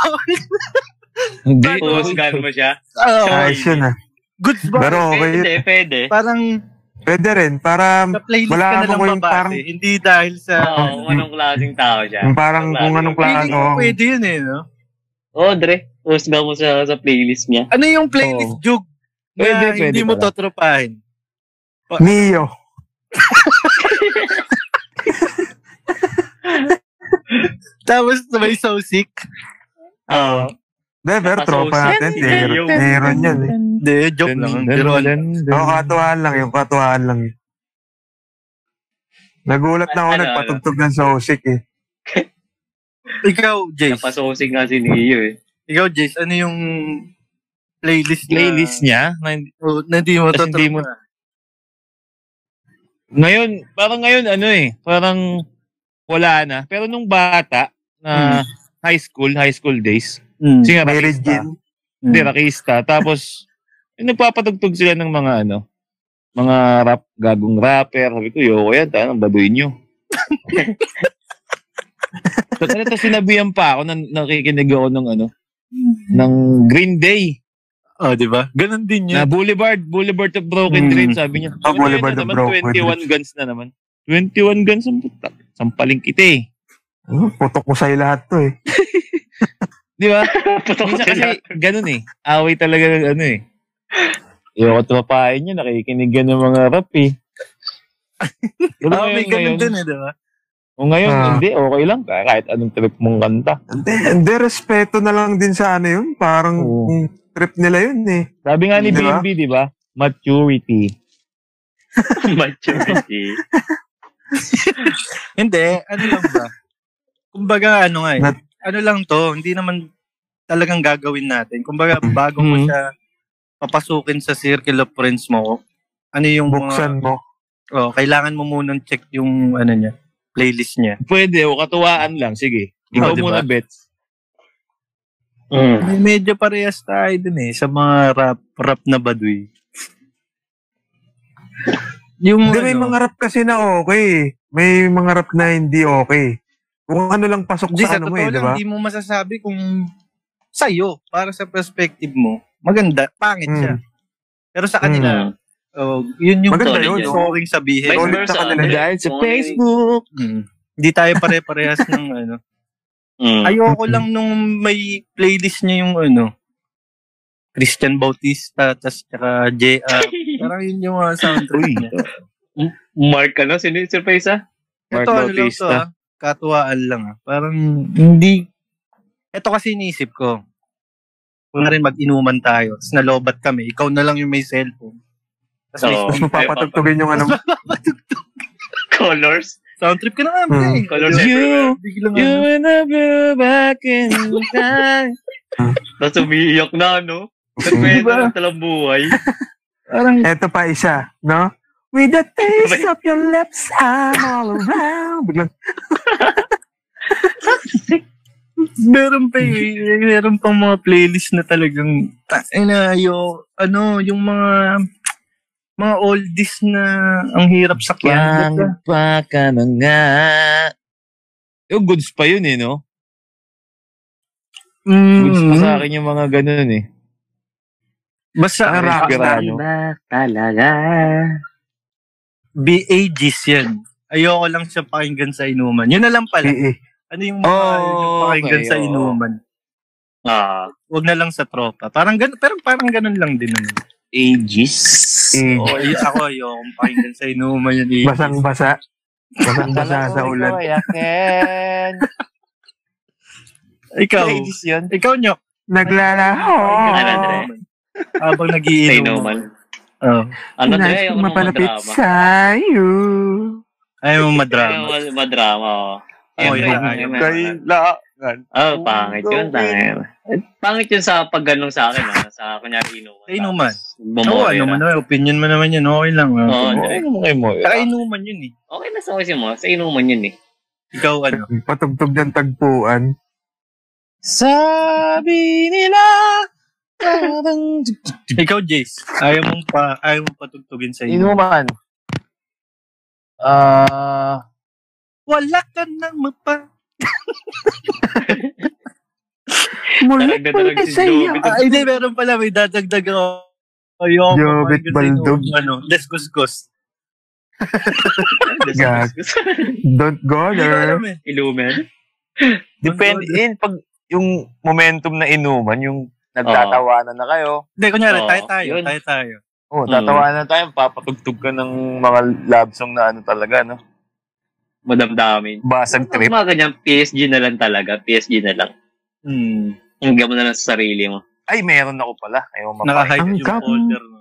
Hindi. Puhusgan mo siya? Oo. Ayos yun ah. Goods ba? Pero okay yun. Pwede, pwede. parang Pwede rin. Para sa playlist Wala ka na lang naman ko babase. yung parang- Hindi dahil sa... Oo, kung anong klaseng tao siya. yung parang kung anong klaro. Feeling ko pwede yun eh, no? Oo, Dre. Puhusgan mo sa, sa playlist niya. Ano yung playlist jug na Pwede, pwede hindi mo pala. totropahin? Neo. Tapos may so sick. Oo. Hindi, pero Napasawsaw. tropa natin. Nero, nero yan eh. Hindi, joke lang. Pero ano, Oo, katuwaan lang. Yung katuwaan lang. Nagulat na ako, Ano, ano? nagpatugtog ng sausik eh. ikaw, Jace. Napasosig nga si Neo eh. [laughs] Ikaw, Jace, ano yung playlist na, Playlist niya. na- Oh, na hindi mo Tas totoo hindi mo- Ngayon, parang ngayon ano eh, parang wala na. Pero nung bata, na high school, high school days, Mm. siya May rakista. Regine. Mm. Hindi, rakista. Tapos, [laughs] eh, nagpapatugtog sila ng mga ano, mga rap, gagong rapper. Sabi ko, yoko yan, tayo, ang baduin nyo. so, ano to, sinabihan pa ako, na, nakikinig ako ng ano, ng Green Day. Oh, di ba? Ganon din yun. Na Boulevard, Boulevard of Broken Hmm. Dreams, sabi niya. Ah, Sabi ko, Boulevard yun na of naman, Broken 21 guns na naman. 21 guns ang puta. Sampaling kita eh. Oh, Putok ko sa'yo lahat to eh. Di [laughs] ba? Putok Minsan sila. kasi ganun eh. Away talaga ng ano eh. Ayoko tropahin niya, nakikinig yan ng mga rap [laughs] eh. Pero Oh, may ganon ngayon, ngayon, din eh, di ba? o ngayon Ah. hindi, okay lang. Kahit anong trip mong kanta. Hindi, hindi, respeto na lang din sa ano yun. Parang Oo. yung trip nila yun eh. Sabi nga ni Di ba? BNB, di ba? Maturity. Maturity. Hindi, ano lang [laughs] ba? Kumbaga, ano nga eh. Nat- ano lang to, hindi naman talagang gagawin natin. Kumbaga, bago mo Mm. siya papasukin sa circle of friends mo, ano yung mga... Buksan mo. Oh, kailangan mo munang check yung ano niya, playlist niya. Pwede, o katuwaan lang. Sige. Oh, Ikaw di ba? muna, Bets. Medyo parehas tayo dun eh, sa mga rap, rap na baduy. Yung Hindi, may ano, mga rap kasi na okay. eh. May mga rap na hindi okay. Kung ano lang pasok Di, sa sa ano totoo mo eh, di lang, ba? di mo masasabi kung sa'yo, para sa perspective mo, maganda, pangit Mm. siya. Pero sa kanila, oh, yun yung Hmm. Maganda solid yun, yung no? soaring sabihin. Ah, Vice Solid versa, sa kanila. Andre. Dahil Kung sa ano yung- Facebook. Mm. Hindi tayo pare-parehas [laughs] ng ano. Mm. Ayoko lang nung may playlist niya yung ano, Christian Bautista, tas tsaka J. ah, parang yun yung mga soundtrack niya. Mark, ano? Sino yung surprise, ah? Mark Ito, ano lang Bautista. to, ah. Katuwaan lang, ah. Parang, hindi, ito kasi iniisip ko, kung rin mag-inuman tayo, tapos nalobat kami, ikaw na lang yung may cellphone. Tapos may Oo. Mas mapapatugtogin yung ano. Colors. Sound trip ka na nga, pre. Hmm. Colors everywhere. You, Biglang you ano. and I go back in time. Tapos umiiyak na, no? Nagkwento ng talang buhay. Parang, Eto pa isa, no? With the taste of your lips, I'm all around. Biglang, meron pa eh. Meron pang mga playlist na talagang, ina, yung, ano, yung mga, mga oldies na ang hirap sakyan. Diba? Pang pa ka na nga. Yung goods pa yun eh, no? Goods pa sa Mm, akin yung mga ganun eh. basta, Ang rock Pirano. Talaga. BAGs yan. Ayoko lang siya pakinggan sa inuman. Yun na lang pala. eh, eh. Ano yung mahal Oh, na pakinggan okay, sa oo. inuman? Ah, Huwag na lang sa tropa. Parang gan pero parang ganun lang din naman. Ages. Eh, Oo, ay- ako ayoko pakinggan sa inuman yun. eh. basang-basa. Basang-basa sa ulan. Ikaw. Ikaw nyo. Naglalaho. Ano, Dre? Habang sa nagiinom. inuman. Oh. Ano, Nais Dre? Ayaw kong mo mapalapit madrama. sa'yo. Ayaw Ayaw mo madrama. Oh, mo madrama, oo. Oo, yun, Ayaw, ayaw. Oh, pangit yun, tangit. Pangit yun sa pag ganun sa akin, ah. sa kunyari inuman. Sa inuman. Tapos Oo, bumore ano na. man naman. Opinion mo naman yun. Okay lang. ah. Oo, Dre. Saka inuman yun eh. Okay na sa kasi mo, sa inuman yun eh. Ikaw ano. Patugtog ng tagpuan. Sabi nila, Ikaw Jace. Ayaw mong pa, ayaw mong patugtugin sa inuman. inuman. Ah, Wala ka nang mapa. Tarag na tarag si Joby. Ah, hindi, meron pala. May dadagdag ako. Ayoko. Jobit pakinggan sa Baldog. inuman, Ano, deskuskus. Gag. Don't go Hindi ko there. alam eh. Ilumen. depende yun pag yung momentum na inuman, yung nagtatawanan na kayo. Hindi, kunyari, Oo, tayo tayo, yun. tayo tayo. Oh, tatawanan na tayo, papatugtog ka ng mga love song na ano talaga, no? Madamdamin. Basag Trip. Mga ganyan, PSG na lang talaga. PSG na lang. Hmm. Hanggang mo na lang sa sarili mo. Ay, meron ako pala. Ayaw Naka-hide Ang yung gab- folder. no?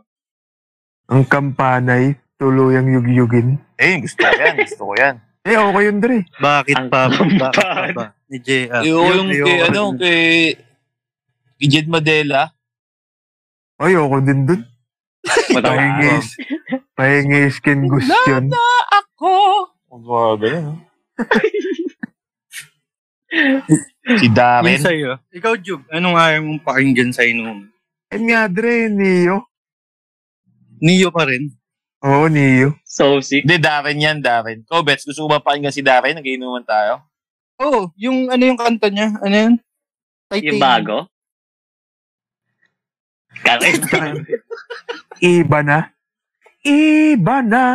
Ang kampanay, tuluyang yugyugin. Eh, gusto ko yan. Gusto ko yan. Eh, okay yun, Dre. Bakit Ang pa? gabad. Bakit pa ba? Ni JR. [laughs] Yun, yung kay, ayoko ano, rin. kay kay Jed Madela. Ay, ako din dun. Matawa. Pahingis. Pahingis skin question. [laughs] Si Yun Darren. sa'yo. Ikaw, Jub, anong ayaw mong pakinggan sa inuman? Ayun nga, Dre, Niyo. Niyo pa rin. Oo, Niyo. So sick. Hindi, Darren yan, Darren. Ko, Bets, gusto ko ba pakinggan si Darren? Nagiinuman tayo? Oo, oh, yung ano yung kanta niya? Ano yun? Yung bago. Kalit. Iba na. Iba na.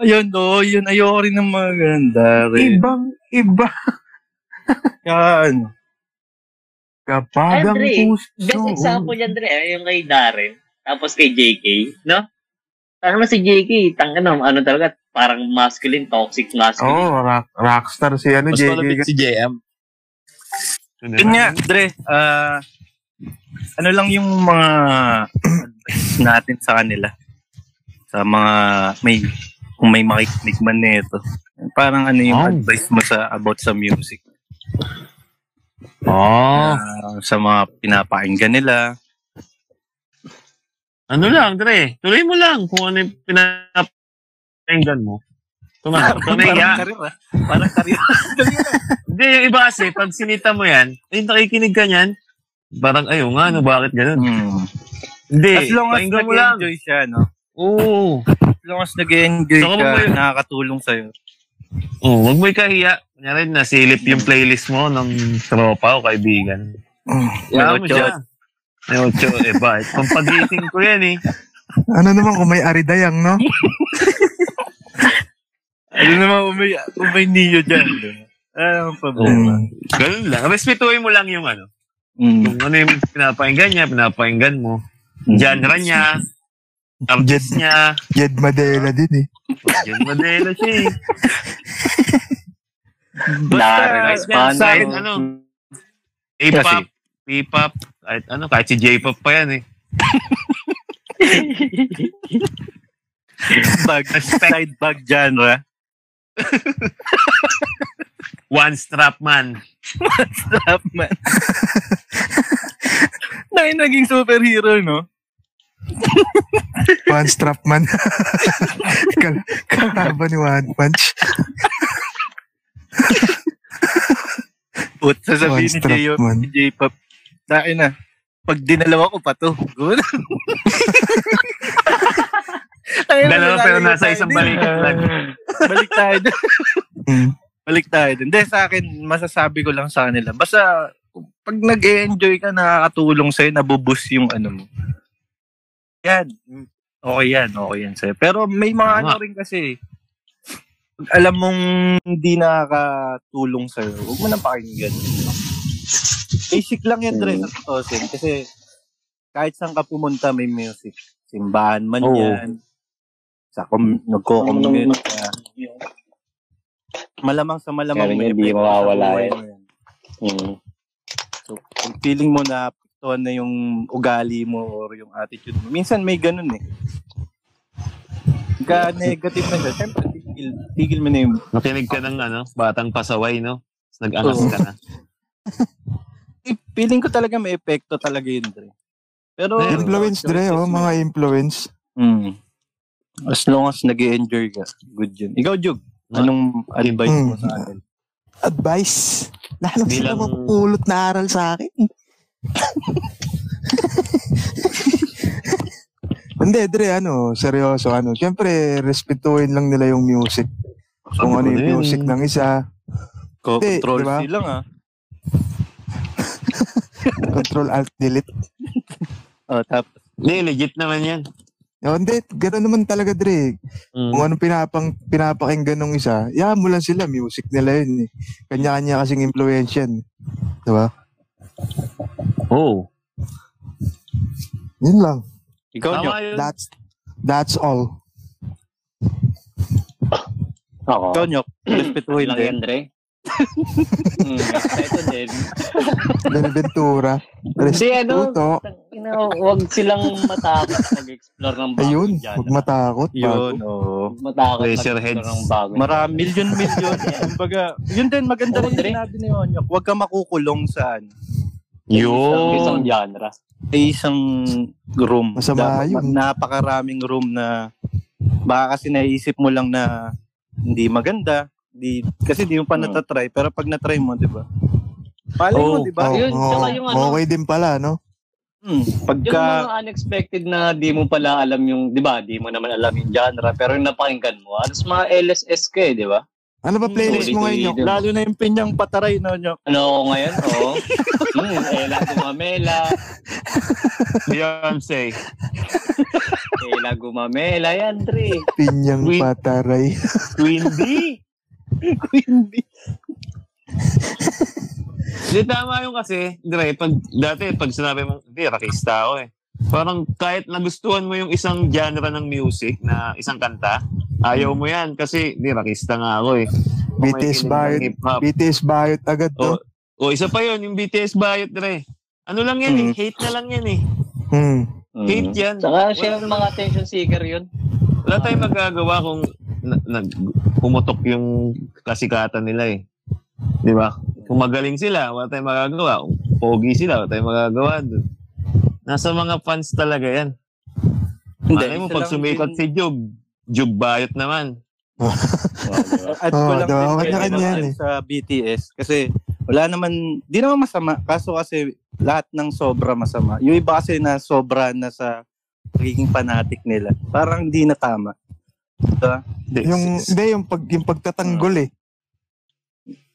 Ayun, do, yun. Ayoko rin ng mga ganda rin. Ibang iba. Yan. Kapag ang Andre, puso. Best example niyan, Dre, ay yung kay Darren, tapos kay JK, no? Tanga na si JK, tanga na, ano talaga, parang masculine, toxic Oo, masculine. oh, rock, rockstar si ano, Mas JJ. malapit si JM. Yun nga, Dre. ah, ano lang yung mga advice natin sa kanila? Sa mga may kung may makikinig man nito. Parang ano yung Oh. advice mo sa about sa music? Ah, Oh. sa mga pinapakinggan nila. Ano lang, Dre? Tuloy mo lang kung ano yung pinapakinggan mo. Tuma, tumaya. karir ah. Parang karir. [laughs] Hindi, yung iba kasi, pag sinita mo yan, ay nakikinig ka niyan, parang, ayo nga, ano, bakit ganun? Hmm. Hindi, As long as pakinggan mo lang. nag-enjoy siya, no? Oo. As long as nag-enjoy Saka ka, mo yun. nakakatulong [laughs] sa'yo. Oo, wag mo ikahiya. Kunyari, nasilip yung playlist mo ng tropa o kaibigan. Kaya mo Yot, yot. siya. Ayaw, tiyo, eh, bakit? Pampagising ko yan, [laughs] eh. Ano naman kung may aridayang, [laughs] no? Ano naman, umay, umay niyo dyan. no? Ano ang problema? Oo. Ganun lang. Respetuhin mo lang yung ano. Mm. Kung ano yung pinapakinggan niya, pinapakinggan mo. Genre niya. Artist niya. Jed Madela din eh. Yan modelo siya, eh. Darren, Yan, sa akin, Spandau. ano. A-pop. P-pop. Kahit ano, kahit si J-pop pa yan, eh. [laughs] bag, side bag genre. One strap man. Stop, man. [laughs] Dahil naging superhero, no? One strap [laughs] man. Kal- Kalaban ni One Punch. Put, sasabihin One ni strap J.O. man. ni J-Pop. Dahil na, pag dinalawa ko pa to. [laughs] Good. Ay, [laughs] Dalawa pero nalalayo nasa tayo isang din. balikat lang. Balik tayo dun. Mm. Balik tayo dun. Hindi, sa akin, masasabi ko lang sa kanila. Basta, pag nag-enjoy ka, nakakatulong sa'yo, nabubus yung ano mo. Yan. Okay yan, okay yan sa'yo. Pero may mga Tama. ano rin kasi, pag alam mong hindi nakakatulong sa'yo, huwag mo nang pakinggan. Basic lang yan, Dre, sa tutusin. Kasi, kahit saan ka pumunta, may music. Simbahan man Oo. yan. Sa com- nagko-commute ka. Malamang sa malamang Kaya may hindi epekto sa mawawala Mm. buhay eh. mo yan. So, kung feeling mo na apektuhan na yung ugali mo or yung attitude mo, minsan may ganun eh. Pagka negative na siya, syempre tigil, tigil mo na yung Nakinig ka ng ano, batang pasaway, no? Tapos Nag-angas ka na. eh, feeling ko talaga may epekto talaga yun, Dre. Pero, Influence, Dre, oh, mga influence. Mm. As long as nag enjoy ka, good yun. Ikaw, Jug, Ah. anong advice mo Mm. sa akin? Advice. Lalo Hindi sila lang- mapulot na aral sa akin. Hindi, Dre, ano, seryoso, ano. Siyempre, respetuhin lang nila yung music. Kung Sabi ko na ano yun. yung music ng isa, Ko, Hindi, control diba? C lang, ah. control alt delete. Oh, tapos, Hindi, legit naman yan. Oh, hindi, gano'n naman talaga, Dre. Mm. Kung anong pinapang, pinapakinggan ng isa, yahan mo lang sila, music nila yun. eh. Kanya-kanya kasing eh. influence yan. Diba? Oh. Yun lang. ikaw, Jug. Tama yun. That's, that's all. Oo. Ikaw, Nyok, respetuhin Lang din. yan, Dre. Hmm, Ito din. Beneventura. Hindi, ano, Respetuto. ina, Huwag silang matakot mag-explore ng bago Ayun, dyan. huwag matakot. Yun, bago. oo. Huwag matakot Razor mag-explore heads. ng bago. Marami, million-million. Kumbaga, yun din, maganda rin Oo, Dre. sinabi ni Onyok. Huwag ka makukulong sa ano, Yung isang Yun. genre. sa isang room. Masama Dapat yun. mag- Napakaraming room na baka kasi naisip mo lang na hindi maganda. Di, kasi di mo pa Hmm. natatry. Pero pag natry mo, di ba? Palay mo, Oo. di ba? Oh, Ayun, oh, saka yung ano- okay din pala, no? Hmm, Yung Pagka, mga unexpected na di mo pala alam yung, di ba, di mo naman alam yung genre, pero yung napakinggan mo, alas mga LSS ka eh, di ba? Ano ba playlist mo ngayon, Nyok? Ulit-ulitin. lalo na yung pinyang pataray, no, Nyok? Ano ako ngayon? [laughs] Oo. Hmm, Ela Gumamela, Beyonce. Ela eh, Gumamela, eh, yan, Dre. Pinyang Wait. pataray. [laughs] Queen B. Hindi tama yung kasi, Dre, pag, dati pag sinabi mo, hindi, rockista ako eh. Parang kahit nagustuhan mo yung isang genre ng music na isang kanta, ayaw mo yan kasi hindi, rockista nga ako eh. Kung may BTS kinig ng Bayot. hip-hop. BTS Bayot agad, O, no? o, isa pa yun, yung BTS Bayot, Dre. Ano lang yan eh, Mm. hate na lang yan eh. Hmm. Hate yan. Saka Mm-hmm. siya yung mga attention seeker yun. Wala tayong magagawa kung na, nag- pumutok yung kasikatan nila eh. Di ba? Kung magaling sila, wala tayong magagawa. Kung pogi sila, wala tayong magagawa dun. Nasa mga fans talaga yan. Malay mo, isa pag lang sumikat din- si Jug, Jug bayot naman. Add ko Oo, lang diba? din Kanya-kanya pwede yan naman sa BTS kasi wala naman, di naman masama. Kaso kasi lahat ng sobra masama. Yung iba kasi na sobra na sa pagiging fanatic nila. Parang di na tama. Di, Yung, s- s- hindi, yung, pag, yung pagtatanggol eh.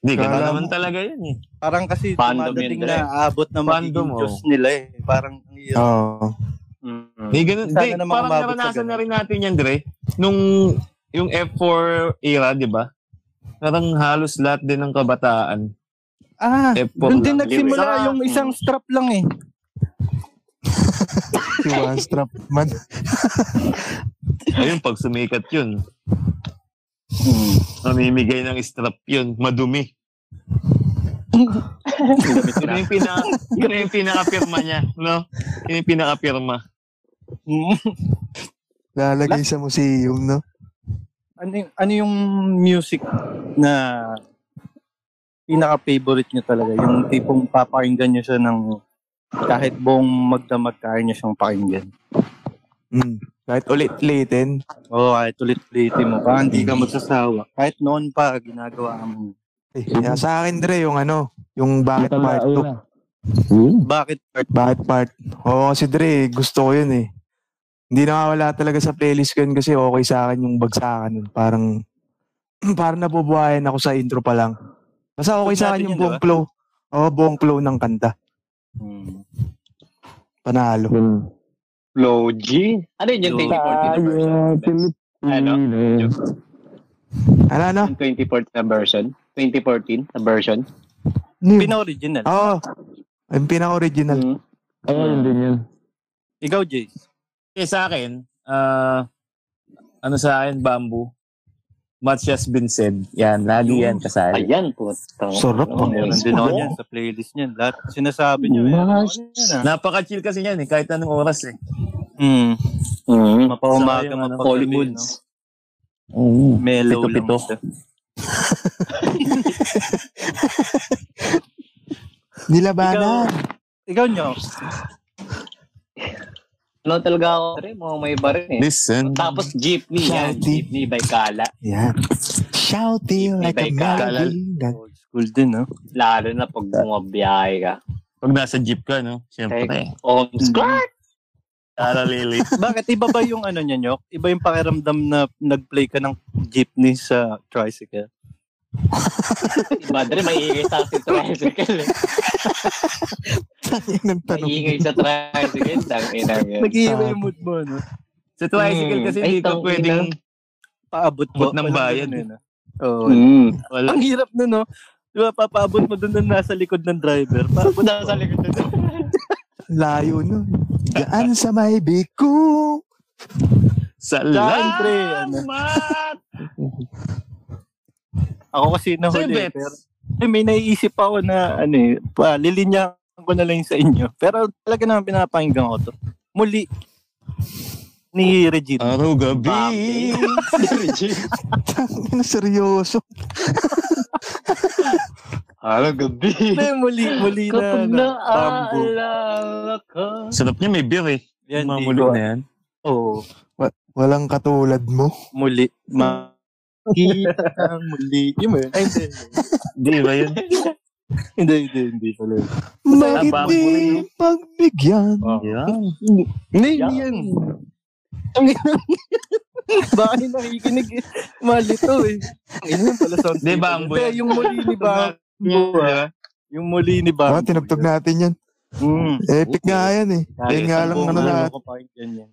di, ganun Kala mo- naman talaga yan eh. Parang kasi Fandom dumadating yun, na abot na magiging Fandom, oh. Diyos nila eh. Parang ang hirap. Oo. Mm. Hmm. Di, ganun, Sana di, naman parang umabot sa naranasan na ganun. rin natin yan, Dre. Nung yung F4 era, di ba? Parang halos lahat din ng kabataan. Ah, F4 doon din lang. Mm. nagsimula Saka- yung isang strap lang eh. Si One Strap Man. Ayun, pag sumikat yun. Hmm. Namimigay ng strap yun. Madumi. [laughs] yun yung pina, yun yung pinakapirma niya, no? Yun yung pinakapirma. Mm. Lalagay sa museum, no? ano, yung- ano yung music na pinaka-favorite nyo talaga? Yung tipong papakinggan nyo siya ng kahit buong magdamag kaya nyo siyang pakinggan. Mm. Kahit ulit-ulitin. Oo, oh, kahit ulit-ulitin mo pa, hindi ka magsasawa. Kahit noon pa, ginagawa mo. Eh, kaya sa akin, Dre, yung ano, yung bakit part 2. Bakit part? Bakit part? Oo, kasi Dre, gusto ko yun eh. Hindi nakawala talaga sa playlist ko yun kasi okay sa akin yung bagsakan nun. Parang, [clears throat] parang nabubuhayan ako sa intro pa lang. Basta okay sa akin yung buong flow. Oo, buong flow ng kanta. Hmm. Panalo. [laughs] Low G? Ano yun yung 2014 na version? Ano? Ano, ano? Yung 2014 na version? 2014 na version? Pina-original. Oo. Yung pinaka-original. Hmm. Oo, yun din yun. Ikaw, Jace. Okay, Eh, sa akin, ah, ano sa akin, bamboo. Much has been said. Yan, lagi yan kasali. Ayan po. Sarap Oh, Ano meron din ako niyan sa playlist niyan. Lahat sinasabi niyo. eh. Meron ako niyan, ah. Napaka-chill kasi yan eh, kahit anong oras eh. Mm. Hmm. Mm. Mapaumaga, Sayang, ano, mapagabi, no? Mm. Mellow lang siya. Nilabanan. Ikaw nyo. Ano talaga ako, pre? Mga may iba rin eh. Listen. Tapos jeepney yan. Shouty. Jeepney by Kala. Yan. Shouting like a Ibay ka. melody. Old school din, no? Lalo na pag bumabiyahe ka. Pag nasa jeep ka, no? Siyempre. Oh, Mm. squat! Tara, [laughs] Lily. Bakit iba ba yung ano niya, Nyok? Iba yung pakiramdam na nag-play ka ng jeepney sa tricycle? Iba rin, maingay sa si [laughs] tricycle. eh. Yan ang tanong. Maingay sa tricycle. Tangin na yun. Nag-iiba yung mood mo, no? Sa tricycle Mm. Hmm. kasi Ay, hindi ka tangina. pwedeng... Paabot mo. Abot ng Walang bayan, ganun, eh, no? Oo. Hmm. Mm. Wala. Ang hirap na, no? Di ba, papaabot mo doon na nasa likod ng driver. Paabot na sa likod ng Layo nun. Gaan sa may biko. [laughs] Sa Siyempre, ano. Salamat! Ako kasi nahuli. Siyempre. Pero, eh, may naiisip ako na, ano eh, pa, lilinyahan ko na lang sa inyo. Pero talaga naman pinapakinggan ko to. Muli. Ni Regina. Araw gabi. Bambi. Tangina, seryoso. Araw gabi. Hindi, muli, muli na. Kapag ano, bamboo. naaalala ka. [laughs] Sarap niya, may beer eh. Yan, Mga di mulo ko- na yan. Oo, Walang katulad mo. muli. Makita kang muli. Yun mo yun? Ay, hindi. Di ba yun? Hindi, hindi, hindi. Hindi, Bakit bago rin, di pagbigyan? Yan. hindi yan. Ang ina. Baka yung nakikinig eh. Malito eh. Ang ina yun pala sound. Di, bambo Hindi, yan. Yung muli ni Bambo. ah. Yung muli ni Bambo. Oh, tinugtog natin yan. Mm. Epic nga yan eh. Yan nga lang ano lahat. ko pakinggan yan.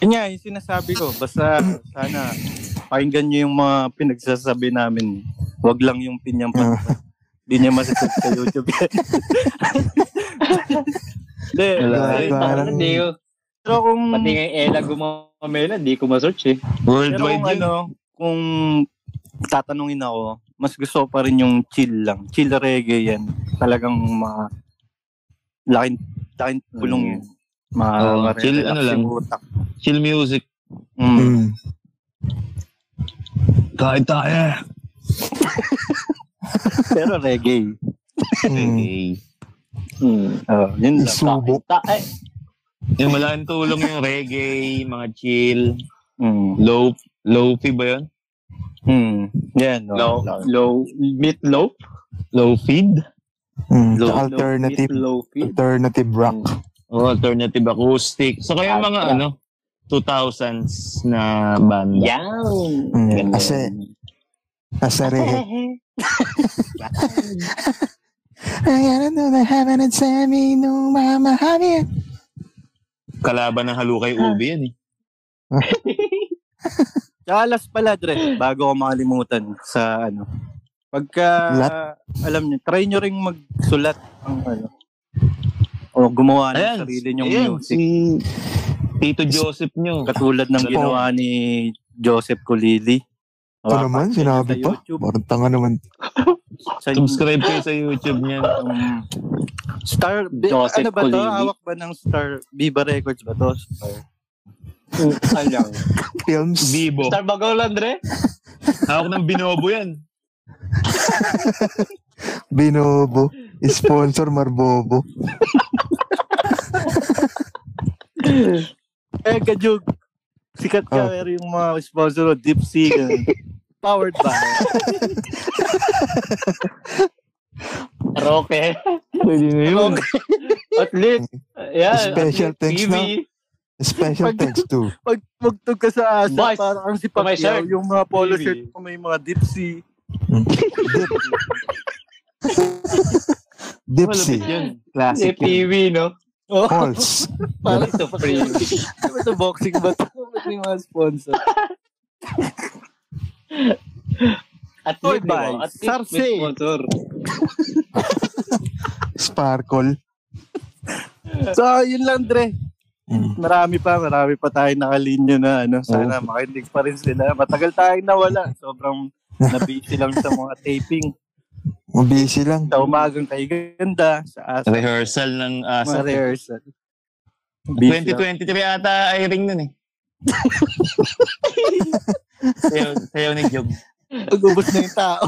Yun nga, yung sinasabi ko. Basta sana pakinggan nyo yung mga pinagsasabi namin. Huwag lang yung Ah. pinyampas. Hindi niya masasabi sa YouTube [laughs] yan. Hindi. Wala, Ay, parang- parang hindi ko. Pero kung, Pati nga yung Ella gumamela, hindi ko masearch eh. pero Worldwide kung yun. ano, kung tatanungin ako, mas gusto ko pa rin yung chill lang. Chill reggae yan. Talagang mga laking, laking tulong Mm. yan. Mga Oo, chill, relax ano lang. yung utak. Chill music. Mm. Mm. Kain tayo. Pero reggae. Mm. Hey. Hmm. Oh, yun lang. Isubo. Ta- ay, Yung malaking tulong yung reggae, mga chill, Mm. low, lofi ba yun? Mm. Yan. Low, No. low, meatloaf? Low feed? Mm. Low- Alternative. low feed. Alternative rock. Oh, alternative acoustic. So kaya Altra. mga ano, 2000s na banda. Yan. Mm. Kasi, nasa [laughs] rehe. I gotta do the heaven and send me no mama honey. Kalaban ng Halukay Ubi yan eh. Tsaka last pala, Dre, bago ko makalimutan sa ano. Pagka, Lat? alam niyo, try niyo ring magsulat ng ano. O gumawa ng Ayan, sarili niyong ayan, music. si Tito Joseph nyo. Katulad ng Sa- ginawa ni Joseph Colili. Ito naman, sinabi pa. Parang tanga naman. Sa Subscribe kayo sa YouTube niyan. um, Star, bi- Joseph ano ba to? Colili. Hawak ba ng Star, Viva Records ba to? Star. Alang. [laughs] Films. Bibo. Star Bagawlan, Dre? Hawak ng binobo yan. [laughs] Binobo. Sponsor Marbobo. Eh, kajug. Sikat ka, Oh. pero yung mga sponsor o deep sea, ganun. Powered [laughs] by. Roque. Pwede na yun. Athlete. Yeah, Special thanks na. Special Pag- thanks to. Pag magtog ka sa asa, Boys, parang si may Pacquiao, shirt. yung mga polo Maybe. shirt ko may mga deep sea. Dipsy. Si Classic. yun. PV, no? Halls. Parang ito, free. [laughs] ito, boxing ba ito? Ba't may mga sponsor? Athlete, Toy by no? Athlete Sarse. with sponsor. Sparkle. So, yun lang, Dre. Mm. Marami pa, marami pa tayong nakalinya na ano. Sana makinig pa rin sila. Matagal tayong nawala. Sobrang nabiti lang sa mga taping. Mabisi lang. Sa umagang kay ganda, sa asa, Rehearsal ng mga asa. rehearsal. Busy lang. 2023 ata ay ring nun eh. sayaw, sayaw ni Job. Pag-ubos na yung tao.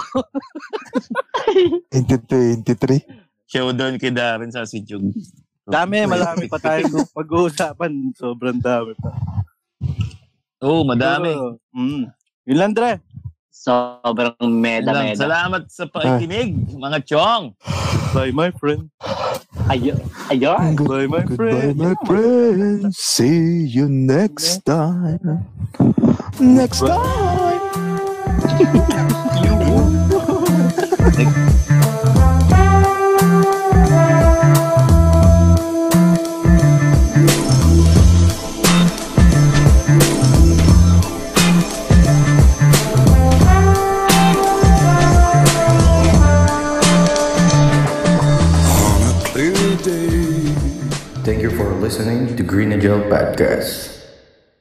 2023. Showdown kay Darren sa si Job. Dami, malami pa tayong pag-uusapan. Sobrang dami pa. Oo, oh, madami. Pero, Mm. Yun lang, Dre. Sobrang Yun meda, lang. meda. Salamat sa pakikinig, mga chong. Bye, my friend. Ayo. Ayo. Bye, my Goodbye, friend. my friend. See you next time. Next time. Thank you for listening to Green Angel Podcast.